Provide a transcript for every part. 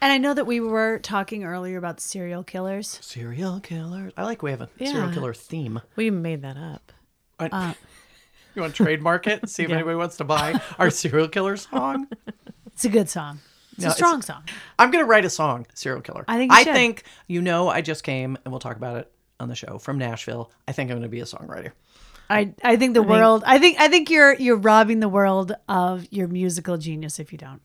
And I know that we were talking earlier about serial killers. Serial killers. I like we have a serial Yeah. killer theme. We made that up. I- Uh, you want to trademark it? See if anybody wants to buy our serial killer song. It's a good song. It's No, a it's- strong song. I'm gonna write a song, serial killer. I think you I should. think you know. I just came, and we'll talk about it on the show from Nashville. I think I'm gonna be a songwriter. I I think the world. I think I think you're you're robbing the world of your musical genius if you don't.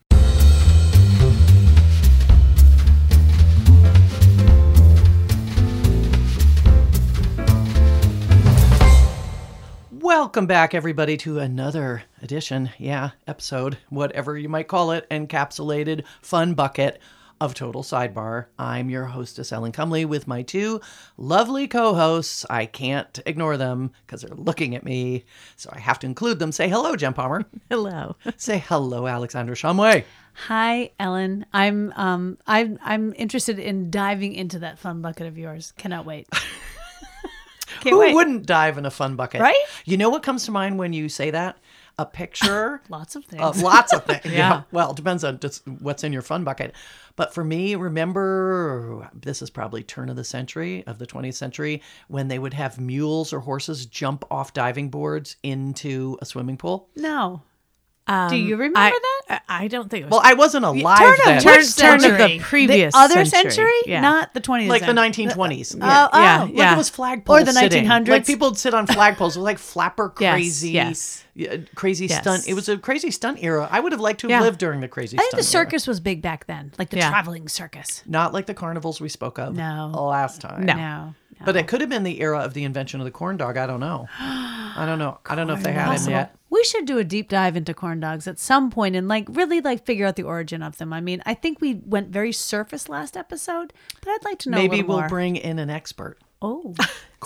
Welcome back, everybody, to another edition, yeah, episode, whatever you might call it, encapsulated fun bucket of Total Sidebar. I'm your hostess, Ellen Cumley, with my two lovely co hosts. I can't ignore them because they're looking at me, so I have to include them. Say hello, Jen Palmer. Hello. Say hello, Alexandra Shumway. Hi, Ellen. I'm um I'm I'm interested in diving into that fun bucket of yours. Cannot wait. Can't Who wait. wouldn't dive in a fun bucket? Right? You know what comes to mind when you say that? A picture. Lots of things. Uh, lots of things. yeah. Yeah. Well, it depends on just what's in your fun bucket. But for me, remember, this is probably turn of the century, of the 20th century, when they would have mules or horses jump off diving boards into a swimming pool. no. Do you remember Um, I, that? I I don't think it was. Well, I wasn't alive of then. which Turn- turn of the previous the other century, century. Yeah. not the 20th like the century. 1920s. Oh, oh. Uh, Yeah. Look at those flagpoles Or the sitting. 1900s. Like people would sit on flagpoles with like flapper Yes, crazy, yes. yeah, crazy Yes. stunt. It was a crazy stunt era. I would have liked to have Yeah. lived during the crazy. I think the stunt era. circus was big back then, like the Yeah. traveling circus. not like the carnivals we spoke of No. last time. No. No. no. But it could have been the era of the invention of the corn dog. I don't know. I don't know. I don't know if they had it Possible. yet. We should do a deep dive into corn dogs at some point and like really like figure out the origin of them. I mean, I think we went very surface last episode, but I'd like to know a Maybe little we'll more. bring in an expert. Oh,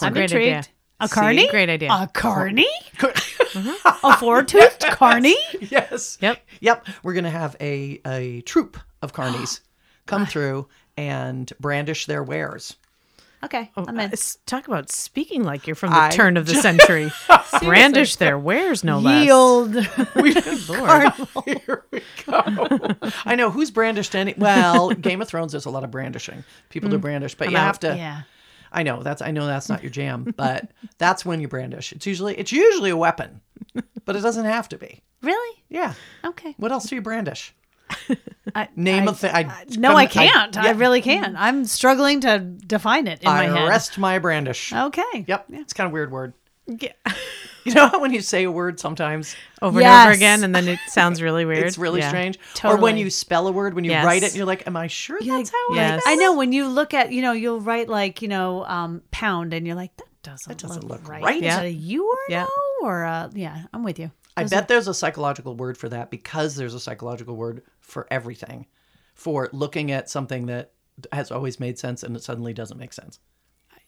I'm great idea. intrigued. A carny? Great idea. A carny? Mm-hmm. a four-toothed carny? Yes. Yep. Yep. We're gonna have a a troop of carnies come through and brandish their wares. Okay, Oh, I'm in. Oh, uh, S- Talk about speaking like you're from the I- turn of the century. Brandish their wares, no less. Yield. We, Here we go. I know who's brandished any. Well, Game of Thrones. There's a lot of brandishing. People do brandish, but you out. have to. Yeah. I know that's I know that's not your jam, but that's when you brandish. It's usually it's usually a weapon, but it doesn't have to be. Really? Yeah. Okay. What else do you brandish? I- Name I- uh, of thing. I, No, couldn't- I can't. I, yeah, Mm. really can't. I'm struggling to define it in I my head. Oh, rest my brandish. Okay. Yep. It's kind of a weird word. Yeah. You know how when you say a word sometimes Over and Yes. over again, and then it sounds really weird. it's really Yeah. strange, or when Totally. you spell a word when you Yes. write it, you're like, "Am I sure that's how?" yes. I, I know when you look at, you know, you'll write like, you know, um, pound and you're like, that doesn't, doesn't look, look right. right. Is Yeah. it a you or Yeah. no? Or a, yeah, I'm with you. I bet there's a psychological word for that because there's a psychological word for everything, for looking at something that has always made sense and it suddenly doesn't make sense.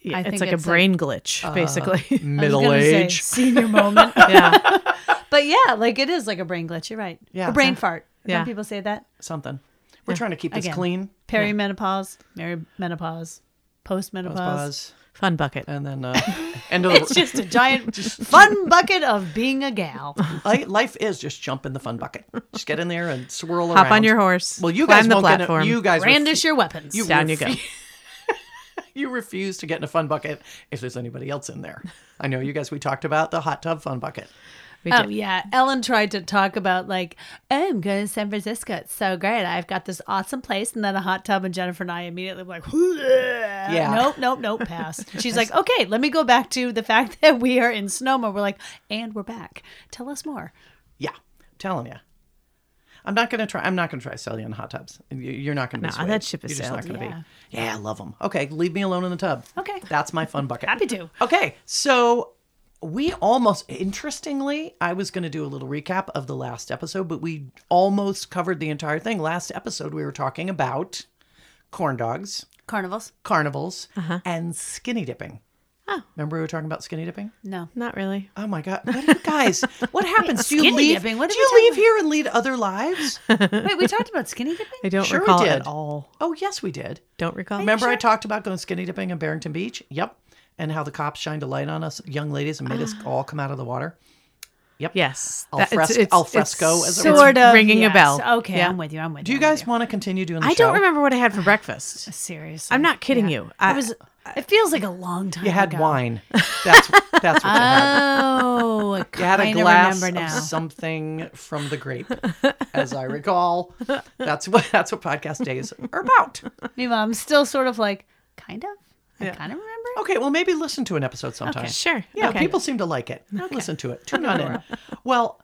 Yeah, I it's think like a it's like- brain glitch, uh, basically. I was Middle gonna say age. Senior moment. yeah. but yeah, like it is like a brain glitch. You're right. Yeah. A brain fart. Yeah. Don't people say that? something. We're trying to keep this Again. clean. Perimenopause, menopause, postmenopause. Pause. Fun bucket. And then uh, end of the, It's just a giant fun bucket of being a gal. li- life is just jump in the fun bucket. Just get in there and swirl around. Hop on your horse. Well, you Climb guys the won't get in a- platform. you guys ref- Brandish your weapons. you Down you go. you refuse to get in a fun bucket if there's anybody else in there. I know you guys. We talked about the hot tub fun bucket. We Oh did. yeah, Ellen tried to talk about like, oh, I'm going to San Francisco. It's so great. I've got this awesome place, and then a hot tub. And Jennifer and I immediately were like, yeah, nope, nope, nope, pass. And She's like, okay, let me go back to the fact that we are in Sonoma. We're like, and we're back. Tell us more. Yeah, telling you. I'm not gonna try. I'm not gonna try to sell you on hot tubs. You- You're not gonna. be No, swayed. that ship has You're just not sailed, gonna be. Yeah, I love them. Okay, leave me alone in the tub. Okay. that's my fun bucket. Happy to. Okay, so we almost interestingly, I was gonna do a little recap of the last episode, but we almost covered the entire thing. Last episode, we were talking about corn dogs, Carnivals? carnivals, Uh-huh. and skinny dipping. Oh. Remember we were talking about skinny dipping? No. Not really. Oh my God! What are you guys? What happens? Do you skinny leave? dipping? What do are we you talking leave about? here and lead other lives? Wait, we talked about skinny I dipping. don't Sure we recall did. at all. Oh yes, we did. Don't recall. Remember I talked about going skinny dipping in Barrington Ah. Beach? Yep. And how the cops shined a light on us young ladies and made us all come out of the water. Yep. Yes. Al That- it's- fresco- it's- al it's fresco, as it sort was- of ringing a bell. Okay, Yeah. I'm with you. I'm with you. Do you I'm guys with want to continue doing the I show? don't remember what I had for breakfast. Seriously, I'm not kidding Yeah. you. I, it was. It feels like a long time. You had ago. wine. That's that's what you Uh, had. Oh, I You had a kinda glass remember of now. something from the grape, as I recall. That's what that's what podcast days are about. Meanwhile, I'm still sort of like, kind of. I kind of remember. it. Okay, well maybe listen to an episode sometime. sure. Yeah, okay. people seem to like it. Listen to it. Tune on in. Well,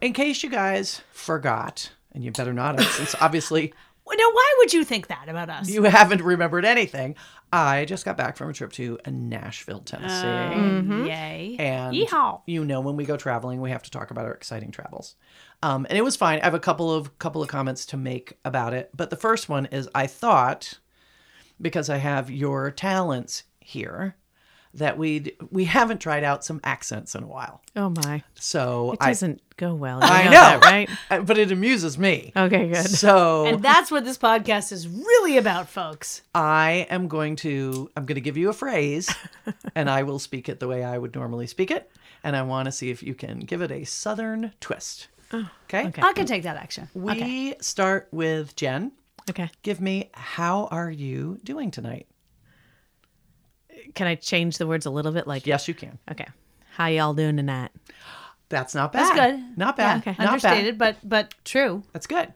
in case you guys forgot, and you better not, since obviously Well, Now, why would you think that about us? you haven't remembered anything. I just got back from a trip to Nashville, Tennessee. Oh, Mm-hmm. Yay! And Yeehaw. you know, when we go traveling, we have to talk about our exciting travels. Um, and it was fine. I have a couple of couple of comments to make about it. But the first one is I thought, because I have your talents here, that we'd we haven't tried out some accents in a while. Oh my. So It I doesn't go well. I You know, that, right? I- But it amuses me. Okay, Oh, good. So And that's what this podcast is really about, folks. I am going to I'm going to give you a phrase and I will speak it the way I would normally speak it and I want to see if you can give it a southern twist. okay? I can take that action. We start with Jen. Okay. Give me how are you doing tonight? Can I change the words a little bit? Like, Yes, you can. Okay. How y'all doing tonight? That's not That's bad. good. Not bad. okay. Not bad. Understated, but but true. That's good.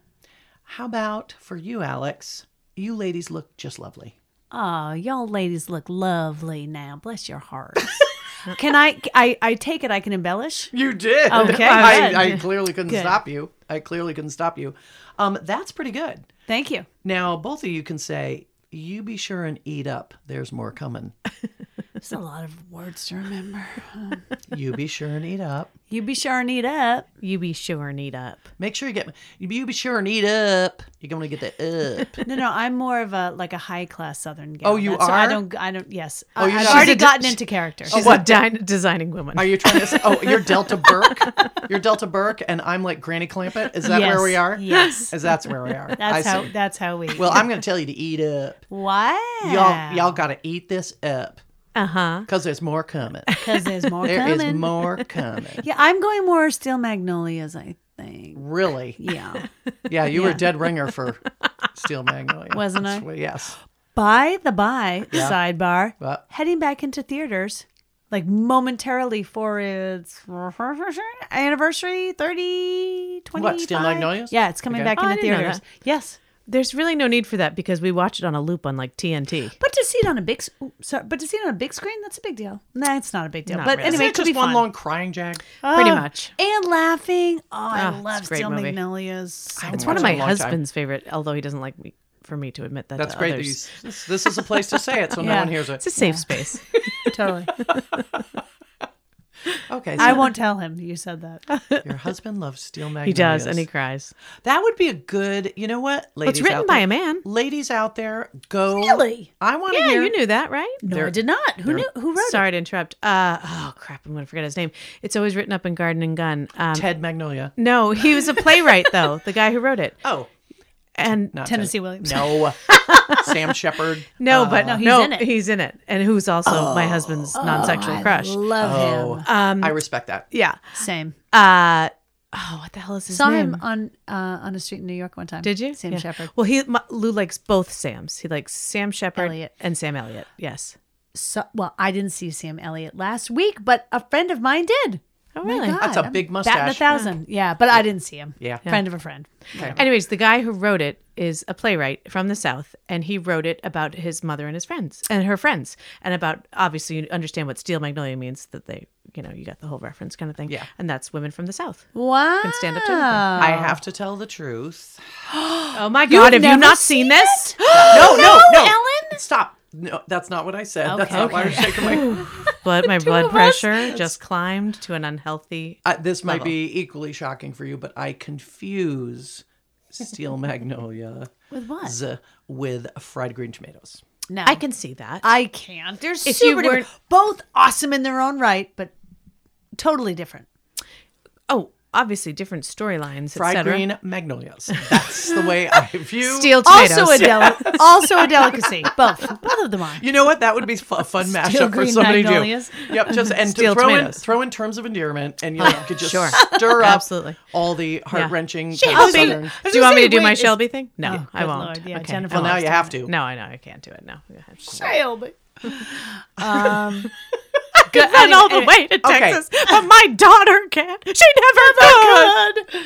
How about for you, Alex? You ladies look just lovely. Oh, y'all ladies look lovely now. Bless your hearts. can I, I? I take it. I can embellish. You did. Okay, good. I, I clearly couldn't Good. stop you. I clearly couldn't stop you. Um, that's pretty good. Thank you. Now, both of you can say, you be sure and eat up. There's more coming. There's a lot of words to remember. You be sure and eat up. You be sure and eat up. You be sure and eat up. Make sure you get, you be you be sure and eat up. You're going to get the up. No, no, I'm more of a like a high class Southern gal. Oh, you That's- are? I don't. I don't. Yes. Oh, you're I've not- already She's a- gotten into character. She's what? a di- designing woman. Are you trying to say, oh, you're Delta Burke? You're Delta Burke, and I'm like Granny Clampett? Is that where Yes, we are? yes. Is that's where we are. That's I how. see. That's how we. Well, I'm going to tell you to eat up. wow. Y'all, y'all got to eat this up uh huh. because there's more coming. Because there's more There is coming. more coming. yeah, I'm going more steel magnolias. I think. Really? Yeah. Yeah, you were dead ringer for Steel Magnolia. Wasn't I? That's what- Yes. By the by, sidebar, What? heading back into theaters, like momentarily for its anniversary, 30, 25. What, Steel Magnolias? Yeah, it's coming Okay. back Oh, I into didn't know theaters. that. Yes. There's really no need for that because we watch it on a loop on like TNT. But to see it on a big, s- ooh, sorry, but to see it on a big screen, that's a big deal. Nah, it's not a big deal. Not but really. anyway, Isn't it it could just be one fun. long crying jag? Pretty Oh, much. And laughing. Oh, I Ah, it's a love great Steel movie. Magnolias. so I haven't It's one watched it of my in a long time. husband's favorite, although he doesn't like me for me to admit that. That's to great. That you, Others. this, this is a place to say it so no Yeah. one hears it. It's a safe space. totally. Okay. I So won't tell him you said Ah, that. your husband loves Steel Magnolias. he does, and he cries. That would be a good, you know what? Ladies it's written out by there, a man. Ladies out there, go. Really? I want to Yeah, hear. you knew that, right? No, They're- I did not. Who knew? Who wrote Sorry to interrupt. Uh, oh crap, I'm gonna forget his name. It's always written up in Garden and Gun. Um, Ted Magnolia. no, he was a playwright though, the guy who wrote it. Oh, And not it? Tennessee Ted. Williams. No, Sam Shepard. no, but no, Uh, he's he's, in in it. Oh. it, and who's also my husband's non-sexual crush. Love Oh, him. I respect that. yeah. Same. Uh, oh, what the hell is his Saw name? him on uh, on a street in New York one time. Did you? Sam Yeah. Shepard. Well, he my, Lou likes both Sams. He likes Sam Shepard Elliot. and Sam Elliott. Yes. So, well, I didn't see Sam Elliott last week, but a friend of mine did. Oh, My really? God. That's a Bat big in a mustache. thousand. Yeah, but I didn't see him. Yeah. Friend of a friend. Anyways, the guy who wrote it is a playwright from the South, and he wrote it about his mother and his friends and her friends, and about obviously you understand what steel magnolia means that they, you know, you got the whole reference kind of thing. Yeah. And that's women from the South. Wow. Can stand up to anything. Oh. I have to tell the truth. Oh my God, have you never not seen this? no, no, no, Ellen? Stop. No, that's not what I said. That's Okay. not why I'm shaking my. But my blood of us. pressure just climbed to an unhealthy. Uh, this might be equally shocking for you, but I confuse Steel Magnolia With what? z- with fried green tomatoes. No. I can see that. I can't. They're If you super different. Both awesome in their own right, but totally different. oh, obviously different storylines, Fried etc. green magnolias. That's the way I view. Steel tomatoes. Also a deli- also a delicacy. Both, both of them are. You know what? That would be fu- a fun mashup for green somebody magnolias. to do. Yep, just and to Steel throw in, tomatoes. Oh, throw in terms of endearment, and you know, could just Sure. stir up Absolutely. all the heart wrenching. I'll be- Southern. do you want me to do Wait, my is- Shelby thing? No, Oh, I good won't. Lord, yeah, okay. Jennifer I Well, now won't. you have to. No, I know I can't do it. No, Go ahead. Shelby. Um, Good. And all the way to Okay. Texas, but my daughter can't. She never could.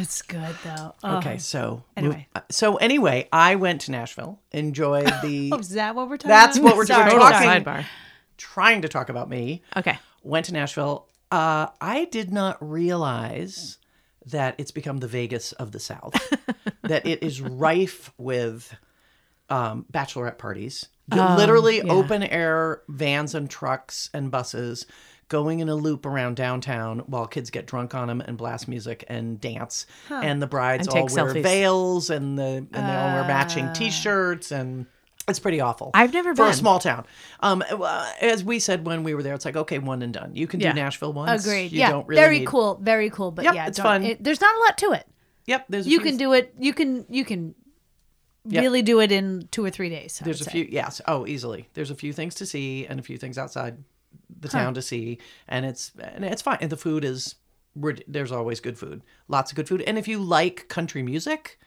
It's good though. Oh. Uh-huh. Okay, so Anyway. uh, so anyway, I went to Nashville, enjoyed the. Oh, is that what we're talking That's about? what we're doing. Sorry. Total Sorry. Talking- Sidebar. trying to talk about me. Okay. Went to Nashville. Uh, I did not realize that it's become the Vegas of the South. that it is rife with um, bachelorette parties. Literally Um, yeah. open air vans and trucks and buses going in a loop around downtown while kids get drunk on them and blast music and dance. And the brides And all take wear selfies. Ah. veils and the and they all wear matching t-shirts and it's pretty awful. I've never for a been. small town. Um, uh, as we said when we were there, it's like okay, one and done. You can Yeah. do Nashville once. Agreed. You yeah. don't really very need- cool. Very cool. But Yep, yeah, it's don't- fun. It, there's not a lot to it. Yep. There's a You few- can do it. You can. You can Yep. really do it in two or three days. I There's a would say. few, yes. Oh, easily. There's a few things to see and a few things outside the town to see, and it's and it's fine. And the food is rid- there's always good food, lots of good food. And if you like country music,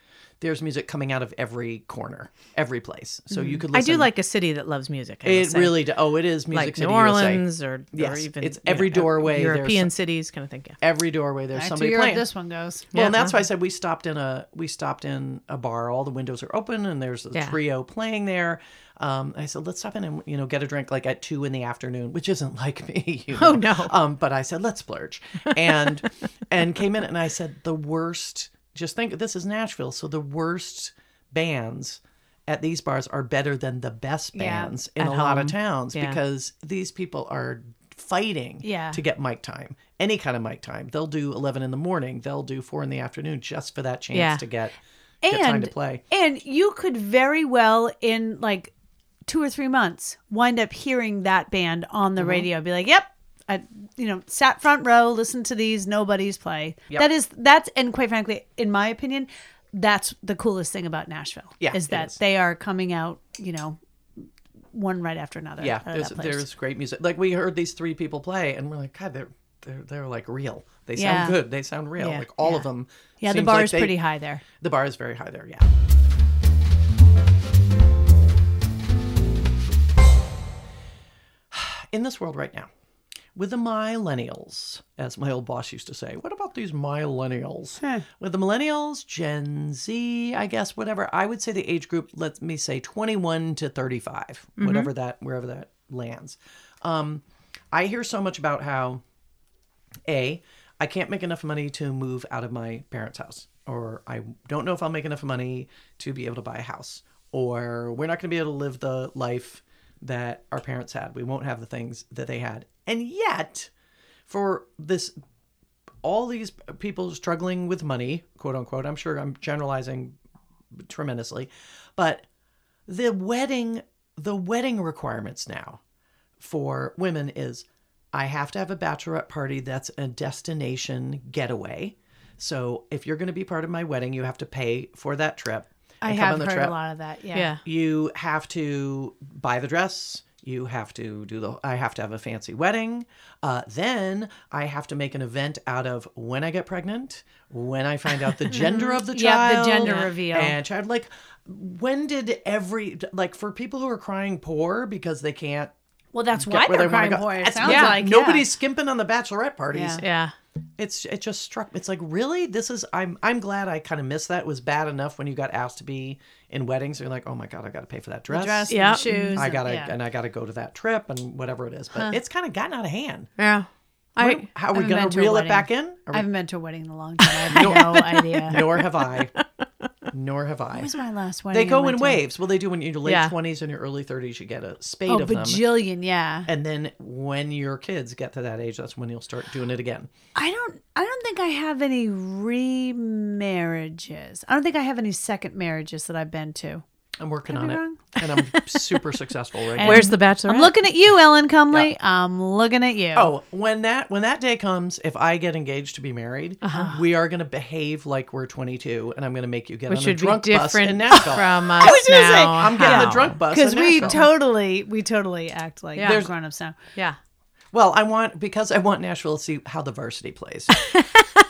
there's music coming out of every corner, every place. So you could. Mm-hmm. I Listen. do like a city that loves music. I will it. say. Really, do. oh, it is music like city. New USA. Orleans or, or Yes, even it's you know, every doorway, there's European cities kind of thing. Yeah. Every doorway, there's Back to somebody Europe playing. this one goes. Well, Yeah, and that's why I said we stopped in a we stopped in a bar. All the windows are open, and there's a Yeah. trio playing there. Um, I said, let's stop in and you know get a drink like at two in the afternoon, which isn't like me. you Oh, know. no. Um, but I said let's splurge, and and came in and I said the worst. Just think this is Nashville, so the worst bands at these bars are better than the best Yeah. bands in At a lot of home. towns Yeah. because these people are fighting Yeah. to get mic time, any kind of mic time. They'll do 11 in the morning, they'll do 4 in the afternoon just for that chance Yeah. to get, And get time to play. and you could very well in like two or three months wind up hearing that band on Mm-hmm. the radio. Be like, yep. I, you know, sat front row, listened to these nobodies play. Yep. That is that's and quite frankly, in my opinion, that's the coolest thing about Nashville. Yeah, is it that is. they are coming out, you know, one right after another. Yeah, out of there's, that place. there's great music. Like we heard these three people play and we're like, God, they're they're, they're like real. They Yeah. sound good. They sound real. Yeah. Like all of Yeah. them. yeah, the seems bar like is they- pretty high there. The bar is very high there. Yeah. In this world right now, with the millennials, as my old boss used to say, what about these millennials? With the millennials, Gen Z, I guess, whatever. I would say the age group, let me say 21 to 35, whatever that, wherever that lands. Um, I hear so much about how a, I can't make enough money to move out of my parents' house, or I don't know if I'll make enough money to be able to buy a house, or we're not going to be able to live the life that our parents had. We won't have the things that they had. And yet, for this, all these people struggling with money, quote unquote, I'm sure I'm generalizing tremendously, but the wedding, the wedding requirements now for women is I have to have a bachelorette party that's a destination getaway. So if you're going to be part of my wedding, you have to pay for that trip. I and come have on the heard trip. a lot of that. Yeah. Yeah. You have to buy the dress. You have to do the. I have to have a fancy wedding. Uh, then I have to make an event out of when I get pregnant, when I find out the gender of the child, Yeah, the gender reveal. and child. Like, when did every like for people who are crying poor because they can't Well, that's get why where they're they wanna crying go. for it. That's- Sounds yeah. like nobody's skimping on the bachelorette parties. Yeah. Yeah. It's it just struck. It's like really, this is. I'm I'm glad I kind of missed that. It was bad enough when you got asked to be in weddings. You're like, oh my god, I got to pay for that yeah. dress. dress Yeah. and shoes. I and- gotta yeah. and I gotta go to that trip and whatever it is. But it's kind of gotten out of hand. Yeah. What- I, How are we haven't gonna been to a reel it wedding. back in? Are I we- haven't been to a wedding in a long time. I have no idea. nor have I. Nor have I. What was my last wedding? They go in waves. waves. Well, they do when you're late Yeah. twenties and your early thirties. You get a spade Oh, of them. bajillion, yeah. And then when your kids get to that age, that's when you'll start doing it again. I don't. I don't think I have any remarriages. I don't think I have any second marriages that I've been to. I'm working Could on be it. wrong. and I'm super successful right now. Where's the bachelor? I'm looking at you, Ellen Cumley. I'm looking at you. Oh, when that when that day comes, if I get engaged to be married, Uh-huh. we are going to behave like we're 22, and I'm going to make you get which on a should be drunk bus in different Nashville. from us was gonna say, now. I'm getting How? the drunk bus because in oh, we Nashville. totally we totally act like Yeah. there's grown ups now. Yeah. well, I want because I want Nashville to see how the varsity plays.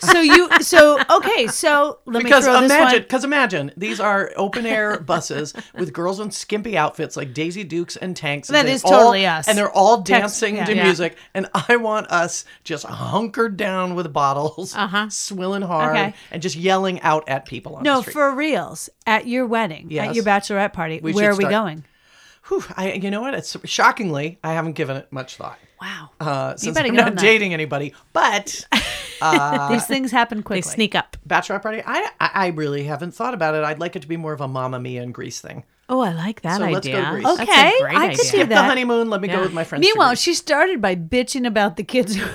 So you so okay so let Because me throw imagine, this because imagine these are open air buses with girls in skimpy outfits like Daisy Dukes and tanks. and That they're is all- totally us. and they're all Text- dancing yeah. to Yeah. music. And I want us just hunkered down with bottles, Uh-huh. swilling hard, Okay. and just yelling out at people on one. No, the street. for reals. At your wedding, at Yes. your bachelorette party, We where should are we start- going? Whew, I, you know what? It's shockingly, I haven't given it much thought. Wow, Uh, since better I'm get on not that. dating anybody, but Uh, these things happen quickly. They sneak up. bachelorette party, I, I I really haven't thought about it. I'd like it to be more of a Mamma Mia and Grease thing. Oh, I like that So idea. let's go Greece. That's a Okay, great I could idea. do Skip the that. honeymoon. Let me Yeah. go with my friends. to Meanwhile, Greece. she started by bitching about the kids who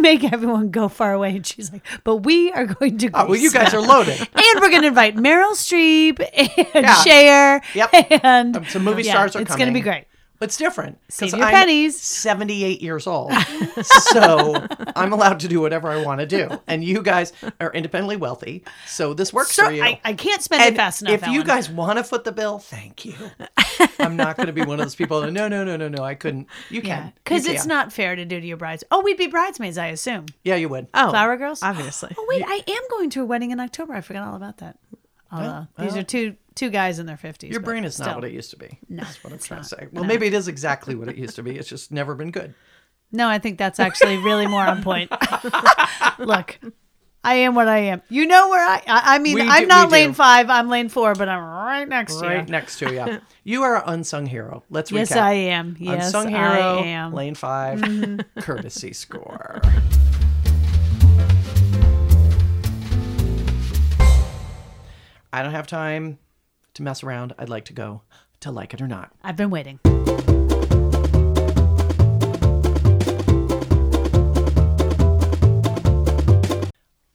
make everyone go far away, and she's like, "But we are going to Greece, Oh, well, you guys are loaded. and we're going to invite Meryl Streep and Yeah. Cher, Yep. and Um, some movie Yeah, stars are It's coming. going to be great. It's different. 'cause Save your I'm pennies. 78 years old. so I'm allowed to do whatever I want to do. And you guys are independently wealthy. So this works So for you. I, I can't spend and it fast enough. if you Ellen. guys want to foot the bill, thank you. I'm not going to be one of those people. that, No, no, no, no, no. I couldn't. You can. You because it's can." not fair to do to your brides. Oh, we'd be bridesmaids, I assume. Yeah, you would. Oh, Flower girls? Obviously. Oh wait, I am going to a wedding in October. I forgot all about that. Although these are two two guys in their fifties. Your brain is not what it used to be. That's what I'm trying to say. Well, maybe it is exactly what it used to be. It's just never been good. No, I think that's actually really more on point. Look, I am what I am. You know where I. I, I mean, We do- I'm not we do. lane five. I'm lane four, but I'm right next to Right you. next to you. You are an unsung hero. Let's Yes, recap. I am. Yes, unsung hero, I am. Mm-hmm. lane 5 courtesy score. I don't have time to mess around. I'd like to go to like it or not. I've been waiting.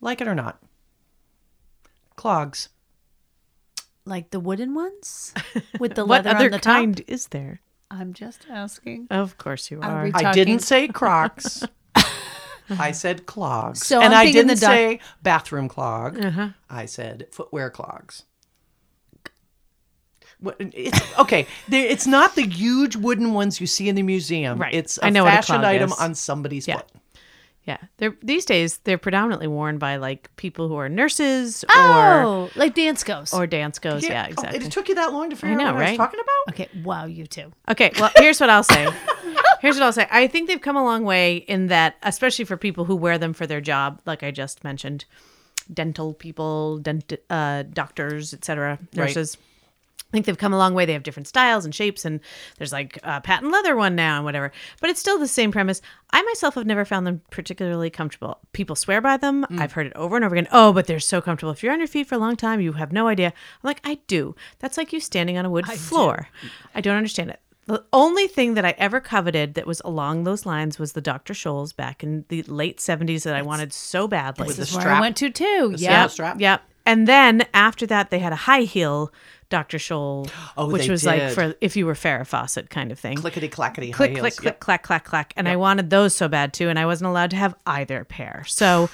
Like it or not. Clogs. Like the wooden ones with the What leather other on the kind top. is there? I'm just asking. Of course you I'll are. read- I Talking- didn't say Crocs. I said clogs. So and I'm I thinking didn't the doc- say bathroom clog. I said footwear clogs. What- It's, okay, there, it's not the huge wooden ones you see in the museum. Right. It's a I know what a fashion clog item is. on somebody's Yeah. foot. yeah. They're, these days, they're predominantly worn by like people who are nurses or Oh, like dance goes. or dance goes. Yeah, oh, exactly. it took you that long to figure know, out what I right? was talking about? okay, wow, you too. Okay, well, here's what I'll say. Here's what I'll say. I think they've come a long way in that, especially for people who wear them for their job, like I just mentioned, dental people, dent- uh, doctors, etc., Right. nurses. I think they've come a long way. They have different styles and shapes, and there's like a patent leather one now and whatever. But it's still the same premise. I myself have never found them particularly comfortable. People swear by them. Mm. I've heard it over and over again. Oh, but they're so comfortable. If you're on your feet for a long time, you have no idea. I'm like, I do. That's like you standing on a wood floor. I don't understand it. The only thing that I ever coveted that was along those lines was the Dr. Scholl's back in the late 70s that I wanted so badly. With the This is where I strap. went to too. Yeah, Yeah. the strap. Yep. And then after that, they had a high heel Dr. Scholl, Oh, which they was did. like for if you were Farrah Fawcett kind of thing. Clickety clackety high click, heels. click, click, Yep. clack, clack, clack. And I wanted those so bad too, and I wasn't allowed to have either pair. So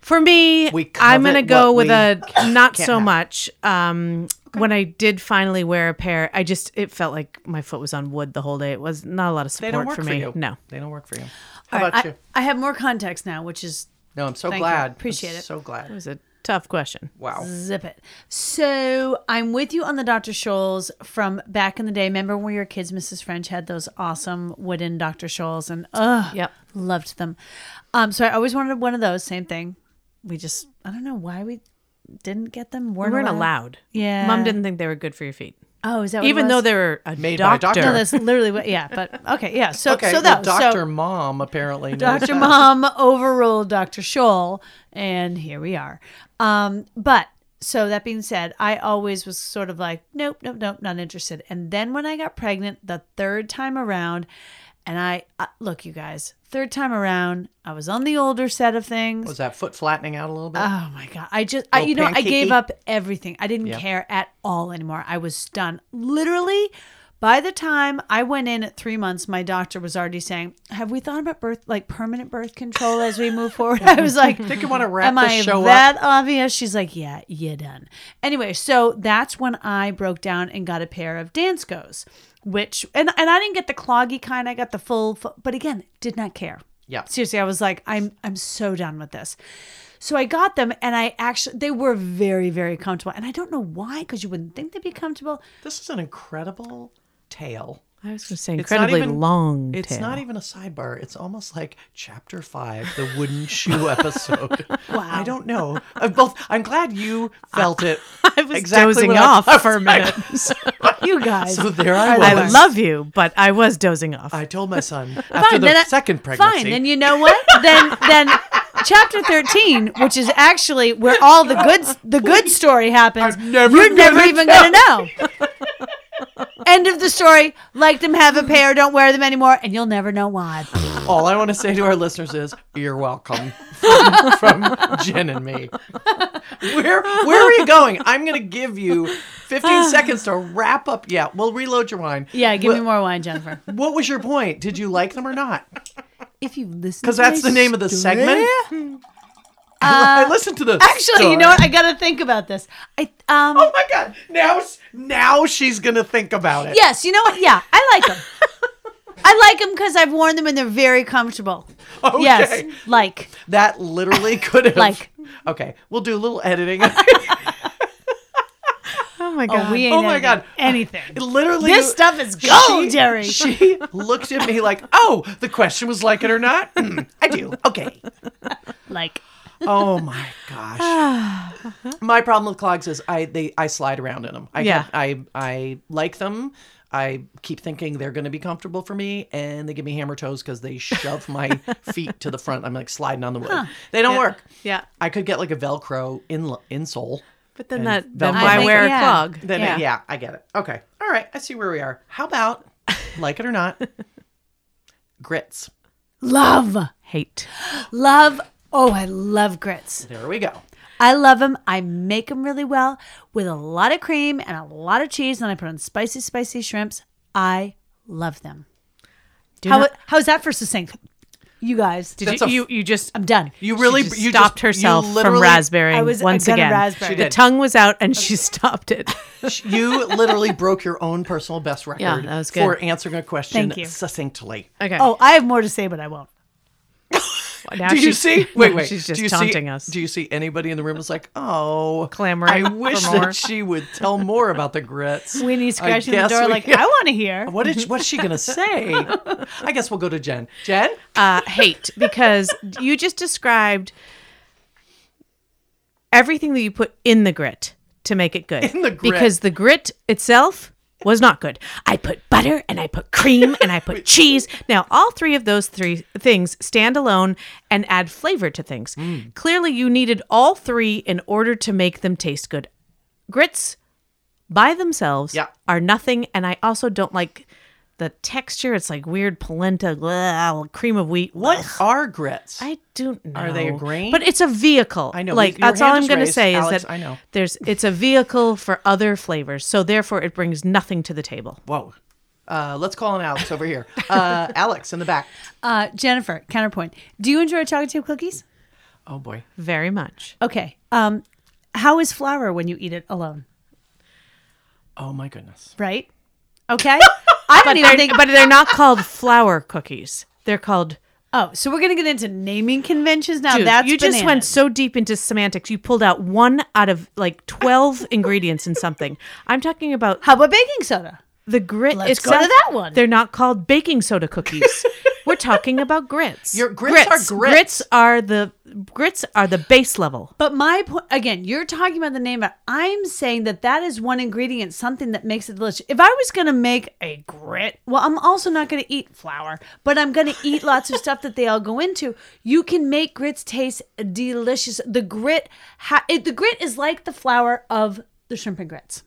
for me, We I'm gonna covet go what with a not so have. much. Um, When I did finally wear a pair, I just it felt like my foot was on wood the whole day. It was not a lot of They don't support work for for, me. you. No. They don't work for you. How All right, about I, you? I have more context now, which is No, I'm so Thank you. glad. I'm Appreciate it. So glad. It was a tough question. Wow. Zip it. So I'm with you on the Dr. Scholl's from back in the day. Remember when we were kids, Mrs. French had those awesome wooden Dr. Scholl's and ugh, Yep. loved them. Um, so I always wanted one of those. Same thing. We just I don't know why we didn't get them. We Weren't, weren't allowed. Yeah. Mom didn't think they were good for your feet. Oh, is that what it Even though was? they were a Made by a doctor. doctor. no, that's literally what. Yeah, but okay, yeah. So Okay, so well, that Dr. so, Mom apparently knows Dr. that. Mom overruled Dr. Scholl, and here we are. Um, but so that being said, I always was sort of like, nope, nope, nope, not interested. And then when I got pregnant the third time around, And I uh, look, you guys, third time around, I was on the older set of things. Was that foot flattening out a little Uh-huh. bit? Oh my god! I just, I, Little you know, I pancakey. gave up everything. I didn't Yeah. care at all anymore. I was done. Literally, by the time I went in at three months, my doctor was already saying, "Have we thought about birth, like permanent birth control, as we move forward?" I was like, think you want to wrap Am the I show up. that obvious? She's like, yeah, you done. Anyway, so that's when I broke down and got a pair of Danskos, which and and I didn't get the cloggy kind. I got the full, fu- but again, did not care. Yeah. seriously, I was like, I'm I'm so done with this. So I got them, and I actually they were very very comfortable, and I don't know why because you wouldn't think they'd be comfortable. This is an incredible tale. I was going to say It's not incredibly even- long. It's tail. not even a sidebar. It's almost like chapter five, the wooden shoe episode. wow. I don't know. I'm both. I'm glad you felt it. I was exactly dozing what I off thought. for a minute. You guys, So there I was. I love you, but I was dozing off. I told my son after the then I- second pregnancy. Fine, then you know what? then then chapter thirteen, which is actually where all the good the good story happens. I'm never you're never gonna even gonna know. End of the story. Like them, have a pair. Don't wear them anymore, and you'll never know why. All I want to say to our listeners is, "You're welcome." From, from Jen and me. Where Where are you going? I'm going to give you 15 seconds to wrap up. Yeah, we'll reload your wine. Yeah, give Wha- me more wine, Jennifer. What was your point? Did you like them or not? If you listen, Because that's the name of the segment. I listened to the. Uh, Actually, you know what? I gotta think about this. I um. Oh my god! Now, s- now she's gonna think about it. Yes, you know what? Yeah, I like them. I like them because I've worn them and they're very comfortable. Okay. Yes, like. That literally could have. Like- Okay, we'll do a little editing. oh my Oh, god! we ain't oh my editing god! anything. It literally, This stuff is gold, she, Jerry. She looked at me like, "Oh, the question was like it or not." Hmm, I do. Okay. like Oh my gosh. my problem with clogs is I they I slide around in them. I Yeah. get- I I like them. I keep thinking they're going to be comfortable for me, and they give me hammer toes because they shove my feet to the front. I'm like sliding on the wood. They don't work. yeah, I could get like a Velcro in insole. but then And that then Velcro. why I think- wear yeah. a clog? Then yeah. I get it. Okay, all right. I see where we are. How about like it or not, grits. love, hate. love. Oh, I love grits. There we go. I love them. I make them really well with a lot of cream and a lot of cheese, and I put on spicy, spicy shrimps. I love them. Do How not- how's that for succinct? You guys, did That's you, a f- you? You just I'm done. You really she just you stopped just- you herself from literally- raspberry I was- I once got a again. raspberry. She The did. tongue was out and she stopped it. You literally broke your own personal best record Yeah, that was good. for answering a question Thank you. succinctly. Okay. Oh, I have more to say, but I won't. now Do you she's- see? now Wait, wait. She's just do you taunting see, us. Do you see anybody in the room that's like, oh, Clamoring I wish for more. that she would tell more about the grits. We need I scratching the guess door. we- like I want to hear. What is what's she gonna say? I guess we'll go to Jen. Jen, uh, hate because you just described everything that you put in the grit to make it good. the grit. Because the grit itself was not good. I put butter and I put cream and I put cheese. Now, all three of those three things stand alone and add flavor to things. Hmm. Clearly, you needed all three in order to make them taste good. Grits by themselves Yeah. are nothing. And I also don't like the texture. It's like weird polenta, blah, cream of wheat. what are grits? I don't know. Are they a grain? But it's a vehicle. I know. know. Like We- your that's all hand I'm is going to raised, say Alex, is that I know. there's it's a vehicle for other flavors. So therefore, it brings nothing to the table. Whoa. Uh, let's call on Alex over here. Uh, Alex in the back. Uh, Jennifer, counterpoint. Do you enjoy chocolate chip cookies? Oh boy. Very much. Okay. Um, how is flour when you eat it alone? Oh my goodness. Right? Okay. I don't even think. But they're not called flour cookies. They're called. Oh, so we're gonna get into naming conventions Oh, now. Dude, That's you just went bananas. so deep into semantics. You pulled out one out of like twelve ingredients in something. I'm talking about How about baking soda? the grit Let's go to itself. that one. They're not called baking soda cookies. We're talking about grits. Your grits are grits. Grits are the grits are the base level. But my point again, you're talking about the name, but I'm saying that that is one ingredient, something that makes it delicious. If I was gonna make a grit, well, I'm also not gonna eat flour, but I'm gonna eat lots of stuff that they all go into. You can make grits taste delicious. The grit, ha- it, the grit is like the flour of the shrimp and grits,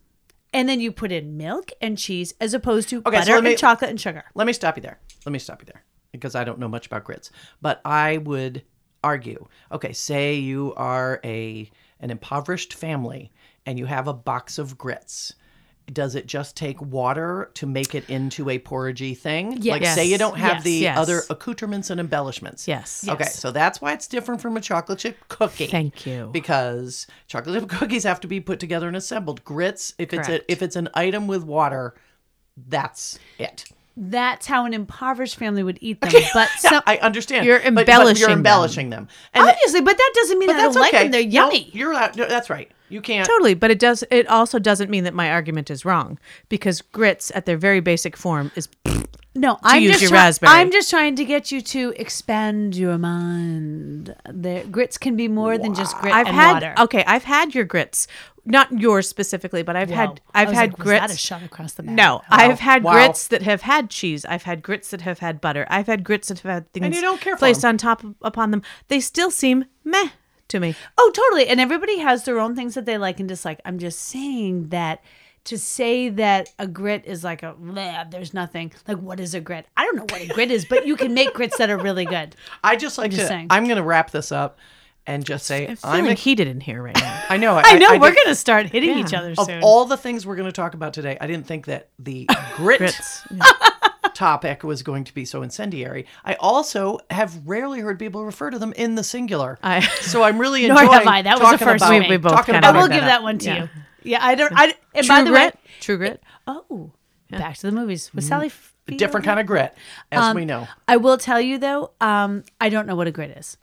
and then you put in milk and cheese as opposed to Okay, so butter let me- and chocolate and sugar. Let me stop you there. let me stop you there because I don't know much about grits, but I would argue. Okay, say you are a an impoverished family and you have a box of grits. Does it just take water to make it into a porridgey thing? Yes. Like say you don't have Yes. the Yes. other accoutrements and embellishments. Yes. Okay, Yes. so that's why it's different from a chocolate chip cookie. Thank you. Because chocolate chip cookies have to be put together and assembled. Grits, if it's Correct. a, if it's an item with water, that's it. That's how an impoverished family would eat them. But some, I understand. You're but- but embellishing you're them. embellishing them. And obviously, but that doesn't mean Oh, I don't that's like okay. them. They're No, yummy. you're out. no, That's right. You can't. Totally, but it does. It also doesn't mean that my argument is wrong because grits, at their very basic form, is No, I'm use just your try- raspberry. I'm just trying to get you to expand your mind. The grits can be more than just grit I've and had water. okay. I've had your grits, not yours specifically, but I've Whoa. had I I've was had like, was grits. That a shot across the mouth. No, I've had Wow. grits that have had cheese. I've had grits that have had butter. I've had grits that have had things you don't care for placed them. on top of, upon them. They still seem meh to me. Oh, totally. And everybody has their own things that they like and dislike. I'm just saying that to say that a grit is like a bleh, there's nothing. Like what is a grit? I don't know what a grit is, but you can make grits that are really good. I just like just to. saying. I'm going to wrap this up and just say I'm feeling I'm. A, heated in here right now. I know. I know I we're did- gonna start hitting each Yeah. other Of soon. all the things we're going to talk about today, I didn't think that the grit grits. topic was going to be so incendiary. I also have rarely heard people refer to them in the singular. I- so I'm really Nor enjoying. have I. That was the talking first about, we- we both talking kinda I about will that give up. that one to Yeah. you. Yeah, I don't. I and True by the grit. way, True grit. oh, back to the movies with Sally. Mm-hmm. a different kind of grit, as Um, we know. I will tell you though, um, I don't know what a grit is.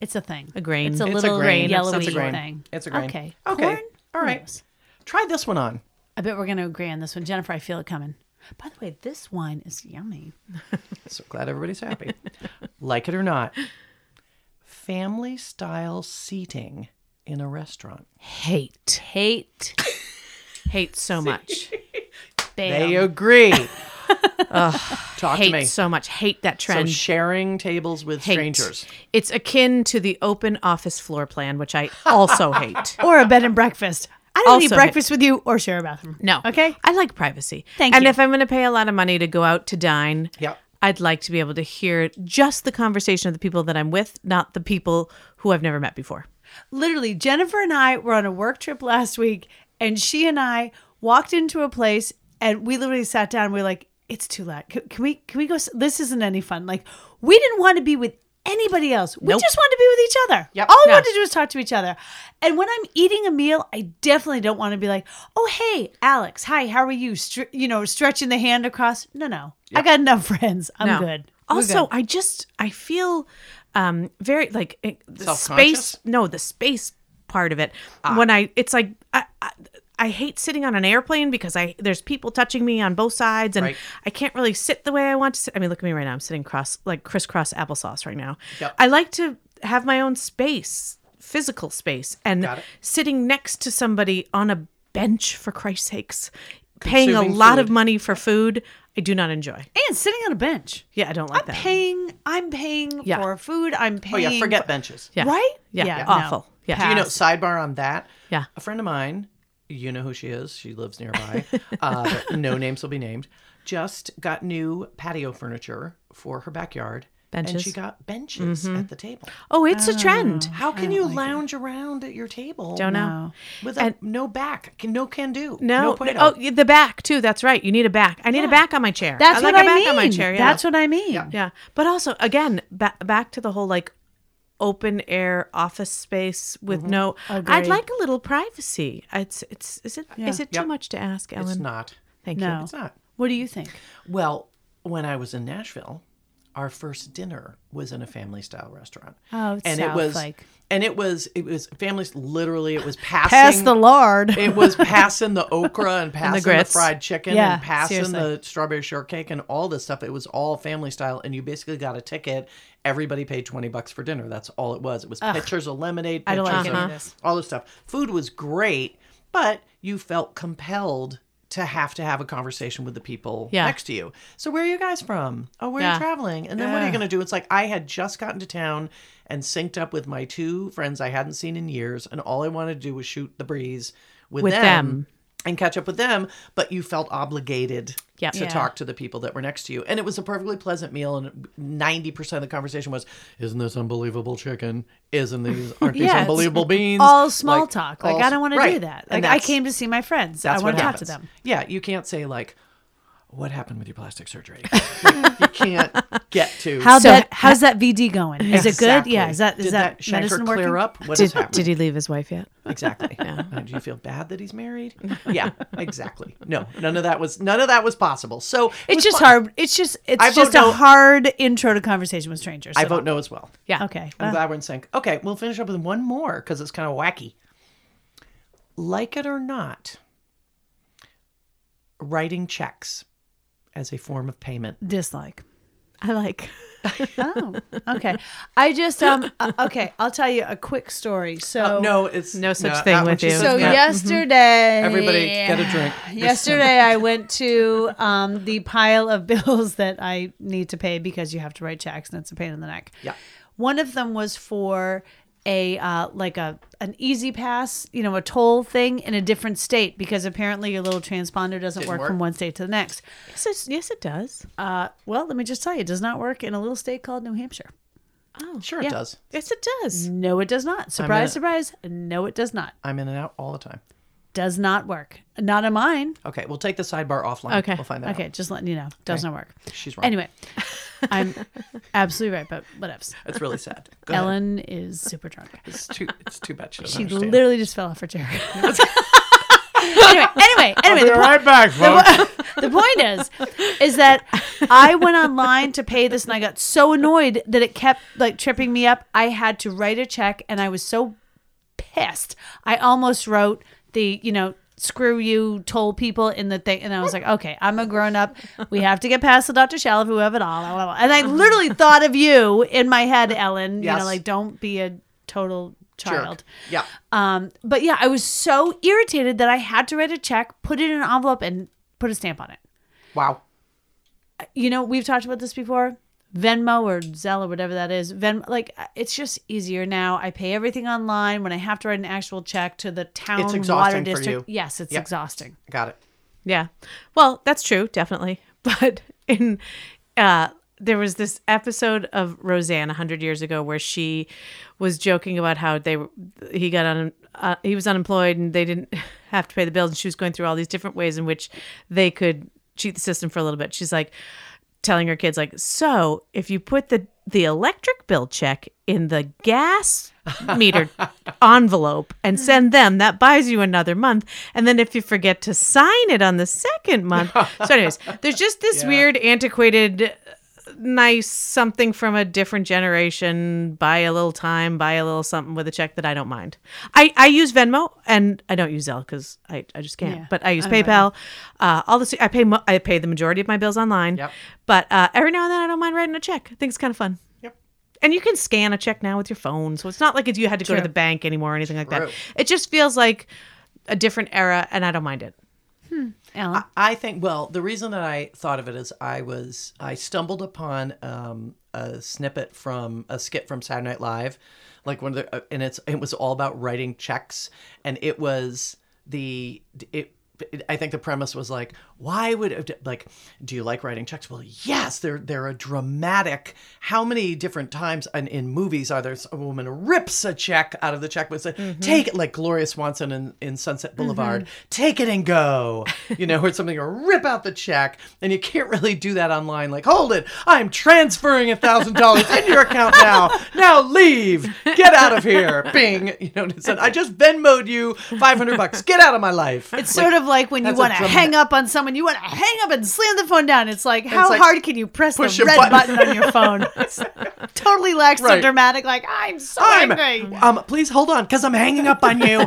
It's a thing. A grain. It's a It's a little grain. It's- yellowy it's a grain. thing. It's a grain. Okay. Okay. Corn? All Who right. knows? Try this one on. I bet we're going to agree on this one. Jennifer, I feel it coming. By the way, this wine is yummy. So glad everybody's happy. like it or not, family style seating in a restaurant. Hate. Hate. Hate so much. Bam. They agree. Talk to me. Hate so much. Hate that So trend. sharing tables with Hate. strangers. It's akin to the open office floor plan, which I also hate. Oh, Or a bed and breakfast. I don't need Also breakfast with you or share a bathroom. No. Okay. I like privacy. Thank and you. And if I'm going to pay a lot of money to go out to dine, Yep. I'd like to be able to hear just the conversation of the people that I'm with, not the people who I've never met before. Literally, Jennifer and I were on a work trip last week, and she and I walked into a place, and we literally sat down. And we were like, "It's too loud. Can, can we? Can we go? s- This isn't any fun." Like, we didn't want to be with anybody else. We Nope. just wanted to be with each other. Yep. All we Yeah. wanted to do was talk to each other. And when I'm eating a meal, I definitely don't want to be like, "Oh, hey, Alex. Hi, how are you?" Str- you know, stretching the hand across. No, no. I got enough friends. I'm No. good. We're Also, good. I just I feel um very like eh, the Self-conscious? Ah. space. No, the space part of it. When I, it's like I, I, I hate sitting on an airplane because I there's people touching me on both sides, and Right. I can't really sit the way I want to sit. I mean, look at me right now. I'm sitting cross like crisscross applesauce right now. Yep. I like to have my own space, physical space, and Got it. sitting next to somebody on a bench for Christ's sakes, paying a Consuming lot of food. money for food. I do not enjoy. and sitting on a bench. Yeah, I don't like I'm that. paying. I'm paying Yeah. for food. I'm Oh paying. yeah, forget benches. Yeah. Right? Yeah. Yeah, Awful. no. Yeah. Do you know sidebar on that? Yeah. A friend of mine, you know who she is. She lives nearby. uh, but no names will be named. Just got new patio furniture for her backyard. And Benches. she got benches at the table. Oh, it's a trend. How can you lounge around at your table? Don't know. No. with a, no back, can, no can do, No. no oh, yeah, the back too. That's right. You need a back. I need a back on my chair. That's I what like I a back mean. on my chair. Yeah. That's what I mean. yeah. But also, again, ba- back to the whole like open air office space with no. I'd Agreed. like a little privacy. It's it's is it is it too Yep. much to ask, Ellen? it's not. Thank No. you. It's not. What do you think? Well, when I was in Nashville, our first dinner was in a family style restaurant. Oh, it and it sounds was like- and it was it was families literally it was passing Pass the lard. it was passing the okra and passing the, grits. fried chicken Yeah, and passing seriously. the strawberry shortcake and all this stuff. It was all family style, and you basically got a ticket. Everybody paid twenty bucks for dinner. That's all it was. It was pitchers of lemonade, don't pictures like any of of this. all this stuff. Food was great, but you felt compelled to have to have a conversation with the people Yeah. next to you. So where are you guys from? Oh, where are Yeah. you traveling? And then what are you going to do? It's like I had just gotten to town and synced up with my two friends I hadn't seen in years, and all I wanted to do was shoot the breeze with, With them, them. and catch up with them, but you felt obligated Yep. to Yeah. talk to the people that were next to you. And it was a perfectly pleasant meal. And 90% of the conversation was, Isn't this unbelievable chicken? Isn't these, aren't these Yeah, it's unbelievable beans? all small Like, talk. all Like I s- don't want to do right. that. And Like I that's- came to see my friends. I that's want what to talk to them. happens. Yeah, you can't say, like, what happened with your plastic surgery? Like, you can't get to. How So- that? How's that VD going? Is it good? Exactly. Yeah. Is that is Did that, chancre medicine clear working? up? What is Did, happening? did he leave his wife yet? Exactly. Uh, Do you feel bad that he's married? Yeah, exactly. No, none of that was none of that was possible. So It's it was just fun. hard. It's just it's I vote just a no. hard intro to conversation with strangers. I So- vote no as well. Yeah. Okay. uh, I'm well, glad we're in sync. Okay, we'll finish up with one more because it's kind of wacky. Like it or not, writing checks as a form of payment. dislike. I like. Oh, okay. I just um uh, okay. I'll tell you a quick story. So Uh, no, it's No such not thing what with she you. said. So Yeah. yesterday, Everybody get a drink. Yesterday, I went to um, the pile of bills that I need to pay because you have to write checks and it's a pain in the neck. Yeah. One of them was for a uh, like a an easy pass, you know, a toll thing in a different state because apparently your little transponder doesn't Didn't work, work. from one state to the next. Yes, it's, yes, it does. Uh, well, let me just tell you, it does not work in a little state called New Hampshire. Oh, Sure, it yeah. does. Yes, it does. No, it does not. Surprise, surprise. No, it does not. I'm in and out all the time. Does not work. Not in mine. Okay, we'll take the sidebar offline. Okay. we'll find that. Okay, just letting you know, does not work. out. she's right. Anyway, I'm absolutely right, but whatevs. it's really sad. Go ahead. Ellen is super drunk. It's too. It's too bad. She, doesn't She understand. literally just fell off her chair. anyway, anyway, anyway. the, po- back, folks. the point is, is that I went online to pay this, and I got so annoyed that it kept like tripping me up. I had to write a check, and I was so pissed. I almost wrote the, you know, screw you, toll people in the thing. And I was like, okay, I'm a grown up. We have to get past the Dr. Shalov, who have it all. blah, blah, blah. And I literally thought of you in my head, Ellen. You Yes. know, like, don't be a total child. Yeah. Um, but yeah, I was so irritated that I had to write a check, put it in an envelope, and put a stamp on it. Wow. You know, we've talked about this before. Venmo or Zelle or whatever that is. Venmo, like it's just easier now. I pay everything online. When I have to write an actual check to the town It's water exhausting for district, you. yes, it's exhausting. Got it. Yeah. Well, that's true, definitely. But in uh there was this episode of Roseanne 100 years ago where she was joking about how they were- he got on uh, he was unemployed and they didn't have to pay the bills and she was going through all these different ways in which they could cheat the system for a little bit. She's like telling her kids like, "So, if you put the the electric bill check in the gas meter envelope and send them, that buys you another month. And then if you forget to sign it on the second month." so anyways, there's just this weird antiquated uh, nice something from a different generation buy a little time buy a little something with a check that i don't mind i i use venmo and i don't use zelle because I, I just can't Yeah. but i use paypal uh all this i pay mo- i pay the majority of my bills online Yep. but uh every now and then i don't mind writing a check i think it's kind of fun Yep. and you can scan a check now with your phone so it's not like it's, you had to go to the bank anymore or anything like True. that it just feels like a different era and i don't mind it Ellen, I think. Well, the reason that I thought of it is I was I stumbled upon um, a snippet from a skit from Saturday Night Live, like one of the, uh, and it's it was all about writing checks, and it was the it. it- I think the premise was like, why would like, do you like writing checks? Well, yes, they're they're a dramatic. How many different times in, in movies are there a woman rips a check out of the check and says, "Take it," like Gloria Swanson in, in Sunset Boulevard, "Take it and go," you know, or something, or rip out the check, and you can't really do that online. Like, hold it, I'm transferring a thousand dollars in your account now. Now leave, get out of here, Bing. You know, it's like, I just Venmoed you five hundred bucks. Get out of my life. It's sort of like when you that's a want to dramatic- hang up on someone, you want to hang up and slam the phone down. It's like, how like, hard can you press the push a red button. button. on your phone? It's totally lax Right. and dramatic. Like, I'm so I'm, angry. um, please hold on, because I'm hanging up on you.